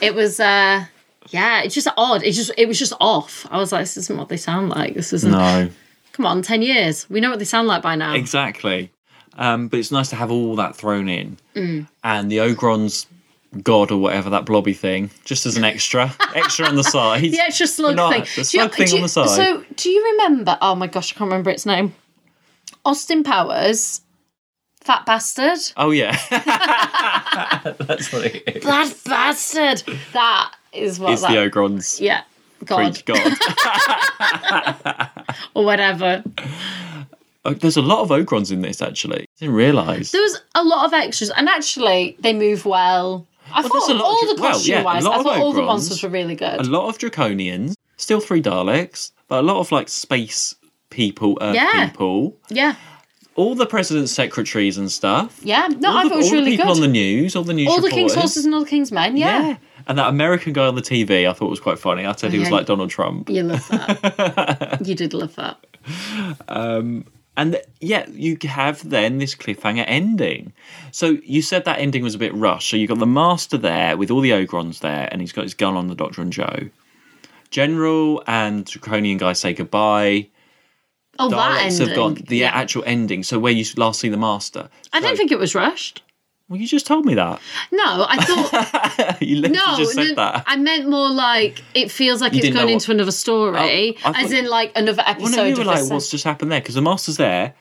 Speaker 2: It was uh yeah, it's just odd. It just it was just off. I was like, this isn't what they sound like. This isn't
Speaker 3: no
Speaker 2: come on, ten years. We know what they sound like by now.
Speaker 3: Exactly. Um, but it's nice to have all that thrown in.
Speaker 2: Mm.
Speaker 3: And the Ogron's god or whatever, that blobby thing, just as an extra. extra on the side.
Speaker 2: the extra slug
Speaker 3: No,
Speaker 2: thing.
Speaker 3: The
Speaker 2: Do you-
Speaker 3: slug thing
Speaker 2: do
Speaker 3: on
Speaker 2: you-
Speaker 3: the side.
Speaker 2: So do you remember oh my gosh, I can't remember its name. Austin Powers, Fat Bastard.
Speaker 3: oh, yeah. That's what it is.
Speaker 2: Bad bastard. That is what
Speaker 3: It's
Speaker 2: that
Speaker 3: the Ogron's
Speaker 2: Yeah. God.
Speaker 3: freak god.
Speaker 2: Or whatever.
Speaker 3: Oh, There's a lot of Ogrons in this, actually. didn't realise.
Speaker 2: There was a lot of extras, and actually, they move well. I
Speaker 3: Well, there's
Speaker 2: thought
Speaker 3: a lot
Speaker 2: all
Speaker 3: of-
Speaker 2: the
Speaker 3: well,
Speaker 2: costume
Speaker 3: yeah, a
Speaker 2: wise,
Speaker 3: lot
Speaker 2: I
Speaker 3: of
Speaker 2: thought all the
Speaker 3: Ogrons.
Speaker 2: monsters were really
Speaker 3: A
Speaker 2: good.
Speaker 3: lot of Draconians, still three Daleks, but a lot of like space people, Earth
Speaker 2: Yeah.
Speaker 3: people.
Speaker 2: Yeah,
Speaker 3: All the president's secretaries and stuff.
Speaker 2: yeah. No,
Speaker 3: all
Speaker 2: I
Speaker 3: the,
Speaker 2: thought it was
Speaker 3: all the
Speaker 2: really
Speaker 3: people
Speaker 2: good.
Speaker 3: on the news, all the news
Speaker 2: all the king's
Speaker 3: reporters.
Speaker 2: horses and all the king's men. Yeah,
Speaker 3: Yeah. And that American guy on the TV, I thought was quite funny. I said he was
Speaker 2: Okay.
Speaker 3: like Donald Trump.
Speaker 2: you love that. you did love that.
Speaker 3: And th- yeah, you have then this cliffhanger ending. So you said that ending was a bit rushed. So you got the master there with all the Ogrons there, and he's got his gun on the Doctor and Joe. General and Draconian guy say goodbye.
Speaker 2: Oh, that
Speaker 3: Daleks
Speaker 2: ending.
Speaker 3: have got the actual ending. So where you last see the master.
Speaker 2: I don't think it was rushed.
Speaker 3: Well, you just told me that.
Speaker 2: No, I thought
Speaker 3: you literally
Speaker 2: no.
Speaker 3: just said
Speaker 2: no,
Speaker 3: that.
Speaker 2: I meant more like it feels like it's
Speaker 3: didn't
Speaker 2: going
Speaker 3: know what-
Speaker 2: into another story,
Speaker 3: Oh, I
Speaker 2: as
Speaker 3: thought-
Speaker 2: in like another
Speaker 3: Well,
Speaker 2: episode.
Speaker 3: no, you were
Speaker 2: of
Speaker 3: like,
Speaker 2: this-
Speaker 3: what's just happened there? Because the master's there,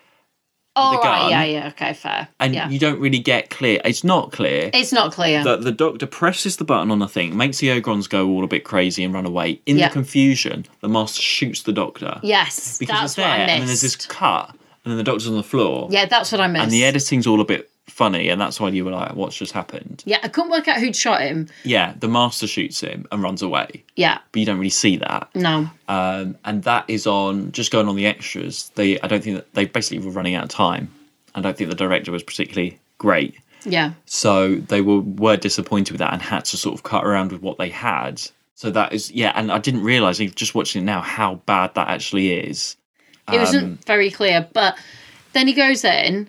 Speaker 2: Oh,
Speaker 3: the
Speaker 2: right,
Speaker 3: gun,
Speaker 2: yeah, yeah, okay, fair.
Speaker 3: and
Speaker 2: yeah.
Speaker 3: you don't really get clear. It's not clear.
Speaker 2: it's not clear.
Speaker 3: that the doctor presses the button on the thing, makes the Ogrons go all a bit crazy and run away. In
Speaker 2: Yeah.
Speaker 3: the confusion, the master shoots the doctor.
Speaker 2: yes,
Speaker 3: because
Speaker 2: that's
Speaker 3: it's there,
Speaker 2: what I missed.
Speaker 3: and then there's this cut, and then the doctor's on the floor.
Speaker 2: yeah, that's what I missed.
Speaker 3: And the editing's all a bit funny, and that's why you were like, what's just happened?
Speaker 2: Yeah, I couldn't work out who'd shot him.
Speaker 3: Yeah, the master shoots him and runs away.
Speaker 2: Yeah,
Speaker 3: But you don't really see that.
Speaker 2: no.
Speaker 3: Um, and that is on just going on the extras. They I don't think that they basically were running out of time. I don't think the director was particularly great.
Speaker 2: Yeah,
Speaker 3: So they were were disappointed with that and had to sort of cut around with what they had. So that is yeah, and I didn't realize just watching it now how bad that actually is.
Speaker 2: it
Speaker 3: Um,
Speaker 2: wasn't very clear. But then he goes in,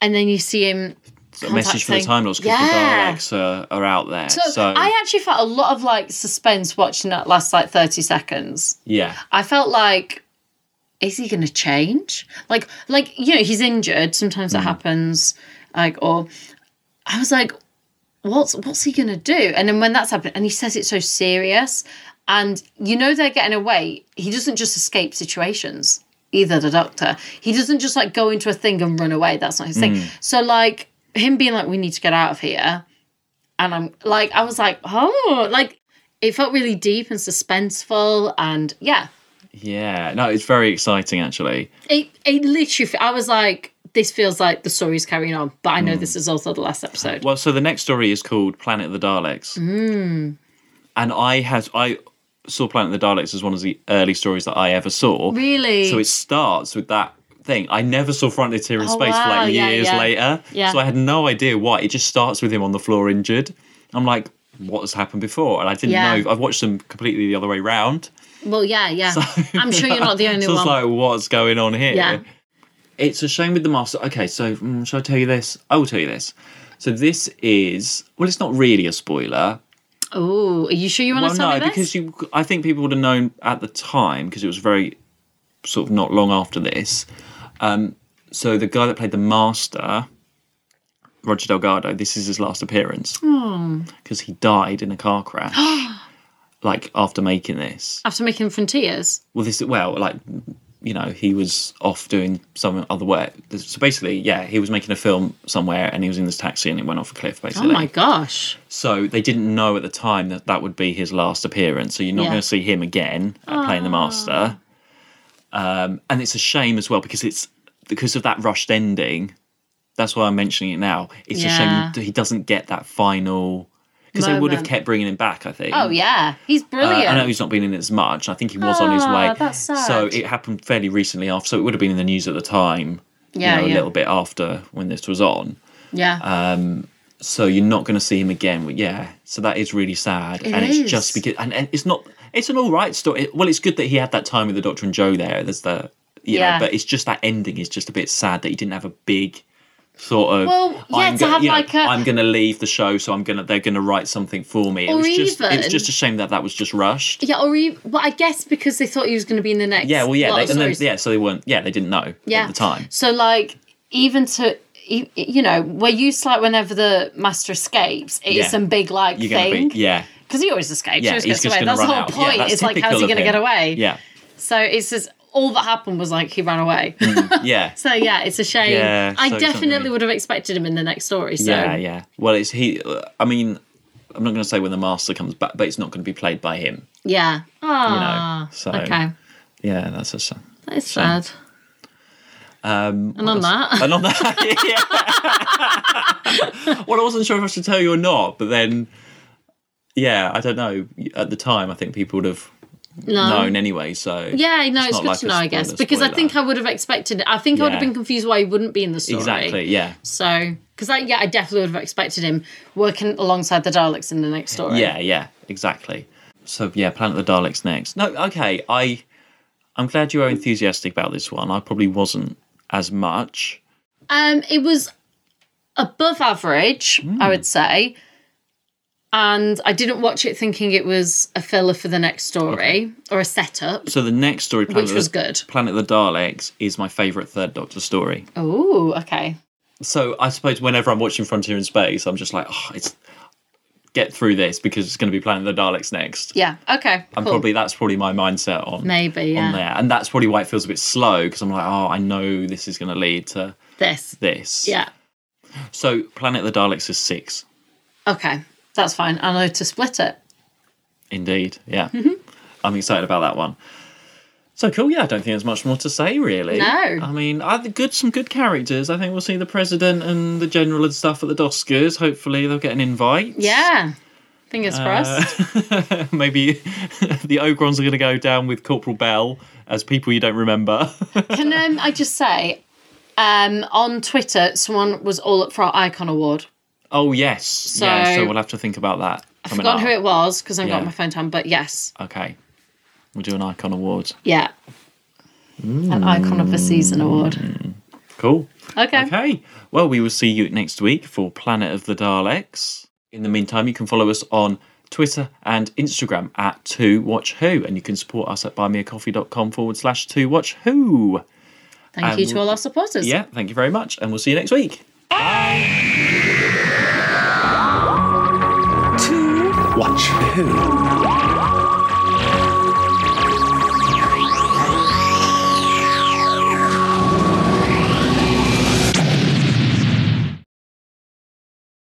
Speaker 2: and then you see him.
Speaker 3: It's a message for the
Speaker 2: Contacting.
Speaker 3: Time Lords because
Speaker 2: Yeah.
Speaker 3: the Daleks are, are out there. So,
Speaker 2: So, I actually felt a lot of like suspense watching that last like thirty seconds.
Speaker 3: yeah,
Speaker 2: I felt like, is he going to change? Like, like you know, he's injured. Sometimes that happens. Like, or I was like, what's what's he going to do? And then when that's happened, and he says it's so serious, and you know they're getting away. He doesn't just escape situations either. The doctor, he doesn't just like go into a thing and run away. That's not his thing. So like him being like, we need to get out of here, and I'm like, I was like, oh, like. It felt really deep and suspenseful, and yeah,
Speaker 3: yeah. No, it's very exciting actually.
Speaker 2: it it literally I was like this feels like the story's carrying on but I know this is also the last episode
Speaker 3: Mm. Well, so the next story is called Planet of the Daleks,
Speaker 2: Hmm.
Speaker 3: and I had I saw Planet of the Daleks as one of the early stories that I ever saw.
Speaker 2: really
Speaker 3: So it starts with that. thing. I never saw Frontier
Speaker 2: Oh,
Speaker 3: in Space for
Speaker 2: wow,
Speaker 3: like
Speaker 2: yeah,
Speaker 3: years
Speaker 2: yeah.
Speaker 3: later.
Speaker 2: Yeah.
Speaker 3: So I had no idea why. It just starts with him on the floor injured. I'm like, what has happened before? And I didn't
Speaker 2: Yeah.
Speaker 3: know. I've watched them completely the other way round.
Speaker 2: Well, yeah, yeah. I'm sure you're not the only
Speaker 3: so
Speaker 2: one.
Speaker 3: it's like, what's going on here?
Speaker 2: Yeah.
Speaker 3: It's a shame with the master. Okay, so mm, shall I tell you this? I will tell you this. So this is well, it's not really a spoiler,
Speaker 2: oh, are you sure you want
Speaker 3: well,
Speaker 2: to tell
Speaker 3: no,
Speaker 2: me this?
Speaker 3: because you, I think people would have known at the time because it was very sort of not long after this. Um, so the guy that played the master, Roger Delgado, this is his last appearance
Speaker 2: Hmm.
Speaker 3: because he died in a car crash. like after making this,
Speaker 2: After making Frontiers.
Speaker 3: well, this well, like you know, he was off doing some other work. So basically, yeah, he was making a film somewhere and he was in this taxi and it went off a cliff.
Speaker 2: Oh
Speaker 3: Basically,
Speaker 2: my gosh.
Speaker 3: so they didn't know at the time that that would be his last appearance. So you're not
Speaker 2: Yeah. Ah.
Speaker 3: going to see him again uh, playing the master. Um, and it's a shame as well because it's because of that rushed ending. That's why I'm mentioning it now. It's
Speaker 2: Yeah.
Speaker 3: a shame he doesn't get that final because they would have
Speaker 2: Moment.
Speaker 3: kept bringing him back. I think.
Speaker 2: Oh yeah, he's
Speaker 3: Mm. Uh,
Speaker 2: brilliant.
Speaker 3: I know he's not been in it as much. I think he was on his
Speaker 2: Ah,
Speaker 3: way.
Speaker 2: that's sad.
Speaker 3: So it happened fairly recently after. So it would have been in the news at the time.
Speaker 2: Yeah,
Speaker 3: you know,
Speaker 2: yeah.
Speaker 3: a little bit after when this was on
Speaker 2: yeah.
Speaker 3: uh, so you're not going to see him again. Well, Yeah, so that is really sad,
Speaker 2: It
Speaker 3: and
Speaker 2: is.
Speaker 3: it's just because, and, and it's not, it's an all right story. Well, it's good that he had that time with the Doctor and Joe there. There's the, you
Speaker 2: Yeah.
Speaker 3: know, but it's just that ending is just a bit sad that he didn't have a big sort of.
Speaker 2: Well, yeah,
Speaker 3: I'm
Speaker 2: to
Speaker 3: gonna,
Speaker 2: have
Speaker 3: you know,
Speaker 2: like a-
Speaker 3: I'm going to leave the show, so I'm gonna they're going to write something for me. It
Speaker 2: Or
Speaker 3: was just, it was
Speaker 2: even-
Speaker 3: just a shame that that was just rushed.
Speaker 2: yeah, or even, well, I guess because they thought he was going to be in the next.
Speaker 3: Yeah, well, yeah,
Speaker 2: lot
Speaker 3: they,
Speaker 2: of
Speaker 3: and then,
Speaker 2: stories.
Speaker 3: yeah, so they weren't, yeah, they didn't know
Speaker 2: Yeah.
Speaker 3: at the time.
Speaker 2: So like even to e- you know we're used to like whenever the master escapes, it is
Speaker 3: Yeah.
Speaker 2: some big like
Speaker 3: You're
Speaker 2: thing.
Speaker 3: gonna be, yeah,
Speaker 2: Because he always escapes. he
Speaker 3: yeah,
Speaker 2: always
Speaker 3: he's
Speaker 2: gets
Speaker 3: just
Speaker 2: away.
Speaker 3: going
Speaker 2: That's
Speaker 3: to run
Speaker 2: the whole
Speaker 3: out.
Speaker 2: point.
Speaker 3: yeah, that's
Speaker 2: it's like how's
Speaker 3: typical
Speaker 2: he
Speaker 3: of
Speaker 2: going to get
Speaker 3: him.
Speaker 2: away?
Speaker 3: Yeah,
Speaker 2: So it's just all that happened was like he ran away.
Speaker 3: yeah.
Speaker 2: so yeah, it's a shame.
Speaker 3: Mm. Yeah,
Speaker 2: I
Speaker 3: so it's not
Speaker 2: definitely
Speaker 3: really-
Speaker 2: would have expected him in the next story. So
Speaker 3: Yeah, yeah. Well, it's he. uh, I mean, I'm not going to say when the master comes back, but it's not going to be played by him.
Speaker 2: yeah. Ah,
Speaker 3: so-
Speaker 2: okay.
Speaker 3: Yeah, that's a shame.
Speaker 2: That is sad. Um, and on that,
Speaker 3: And on that, yeah. well, I wasn't sure if I should tell you or not, but then, yeah, I don't know. At the time, I think people would have
Speaker 2: no.
Speaker 3: known anyway. So
Speaker 2: Yeah, no,
Speaker 3: It's
Speaker 2: it's,
Speaker 3: not
Speaker 2: good
Speaker 3: like
Speaker 2: to
Speaker 3: a
Speaker 2: know, I guess,
Speaker 3: spoiler,
Speaker 2: because I
Speaker 3: spoiler.
Speaker 2: think I would have expected. I think I would have
Speaker 3: Yeah.
Speaker 2: been confused why he wouldn't be in the story.
Speaker 3: exactly. Yeah,
Speaker 2: So, because I yeah, I definitely would have expected him working alongside the Daleks in the next story.
Speaker 3: yeah, yeah. Exactly. So yeah, Planet of the Daleks next. No, okay. I, I'm glad you were enthusiastic about this one. I probably wasn't as much.
Speaker 2: Um, it was above average, I would
Speaker 3: Hmm.
Speaker 2: say. And I didn't watch it thinking it was a filler for the next story or a setup.
Speaker 3: So the next story, Planet
Speaker 2: Which
Speaker 3: of
Speaker 2: was
Speaker 3: the,
Speaker 2: good.
Speaker 3: Planet of the Daleks, is my favourite Third Doctor story.
Speaker 2: Oh, okay.
Speaker 3: So I suppose whenever I'm watching Frontier in Space, I'm just like, oh, it's get through this because it's going to be Planet of the Daleks next.
Speaker 2: Yeah. Okay.
Speaker 3: And
Speaker 2: cool.
Speaker 3: probably that's probably my mindset on
Speaker 2: Maybe, yeah.
Speaker 3: on there, and that's probably why it feels a bit slow because I'm like, oh, I know this is going to lead to
Speaker 2: this.
Speaker 3: this.
Speaker 2: Yeah.
Speaker 3: So Planet of the Daleks is six,
Speaker 2: Okay. That's fine. I know to split it.
Speaker 3: indeed. Yeah,
Speaker 2: Mm-hmm.
Speaker 3: I'm excited about that one. So cool. Yeah, I don't think there's much more to say really.
Speaker 2: No.
Speaker 3: I mean, I think good some good characters. I think we'll see the president and the general and stuff at the Oscars. Hopefully, they'll get an invite.
Speaker 2: Yeah. Fingers
Speaker 3: Uh.
Speaker 2: crossed.
Speaker 3: Maybe the Ogrons are going to go down with Corporal Bell as people you don't remember.
Speaker 2: Can um, I just say, um, on Twitter, someone was all up for our Icon Award.
Speaker 3: oh yes, yeah.
Speaker 2: So-
Speaker 3: So we'll have to think about that.
Speaker 2: I forgot who it was because I've got
Speaker 3: Yeah.
Speaker 2: my phone time, but yes.
Speaker 3: Okay, we'll do an Icon Awards.
Speaker 2: Yeah. An Icon of the Season Award.
Speaker 3: Cool.
Speaker 2: Okay.
Speaker 3: Okay. Well, we will see you next week for Planet of the Daleks. In the meantime, you can follow us on Twitter and Instagram at 2WatchWho, and you can support us at buymeacoffee.com forward slash 2WatchWho.
Speaker 2: Thank you to all our supporters.
Speaker 3: Yeah, thank you very much, and we'll see you next week.
Speaker 9: Watch who?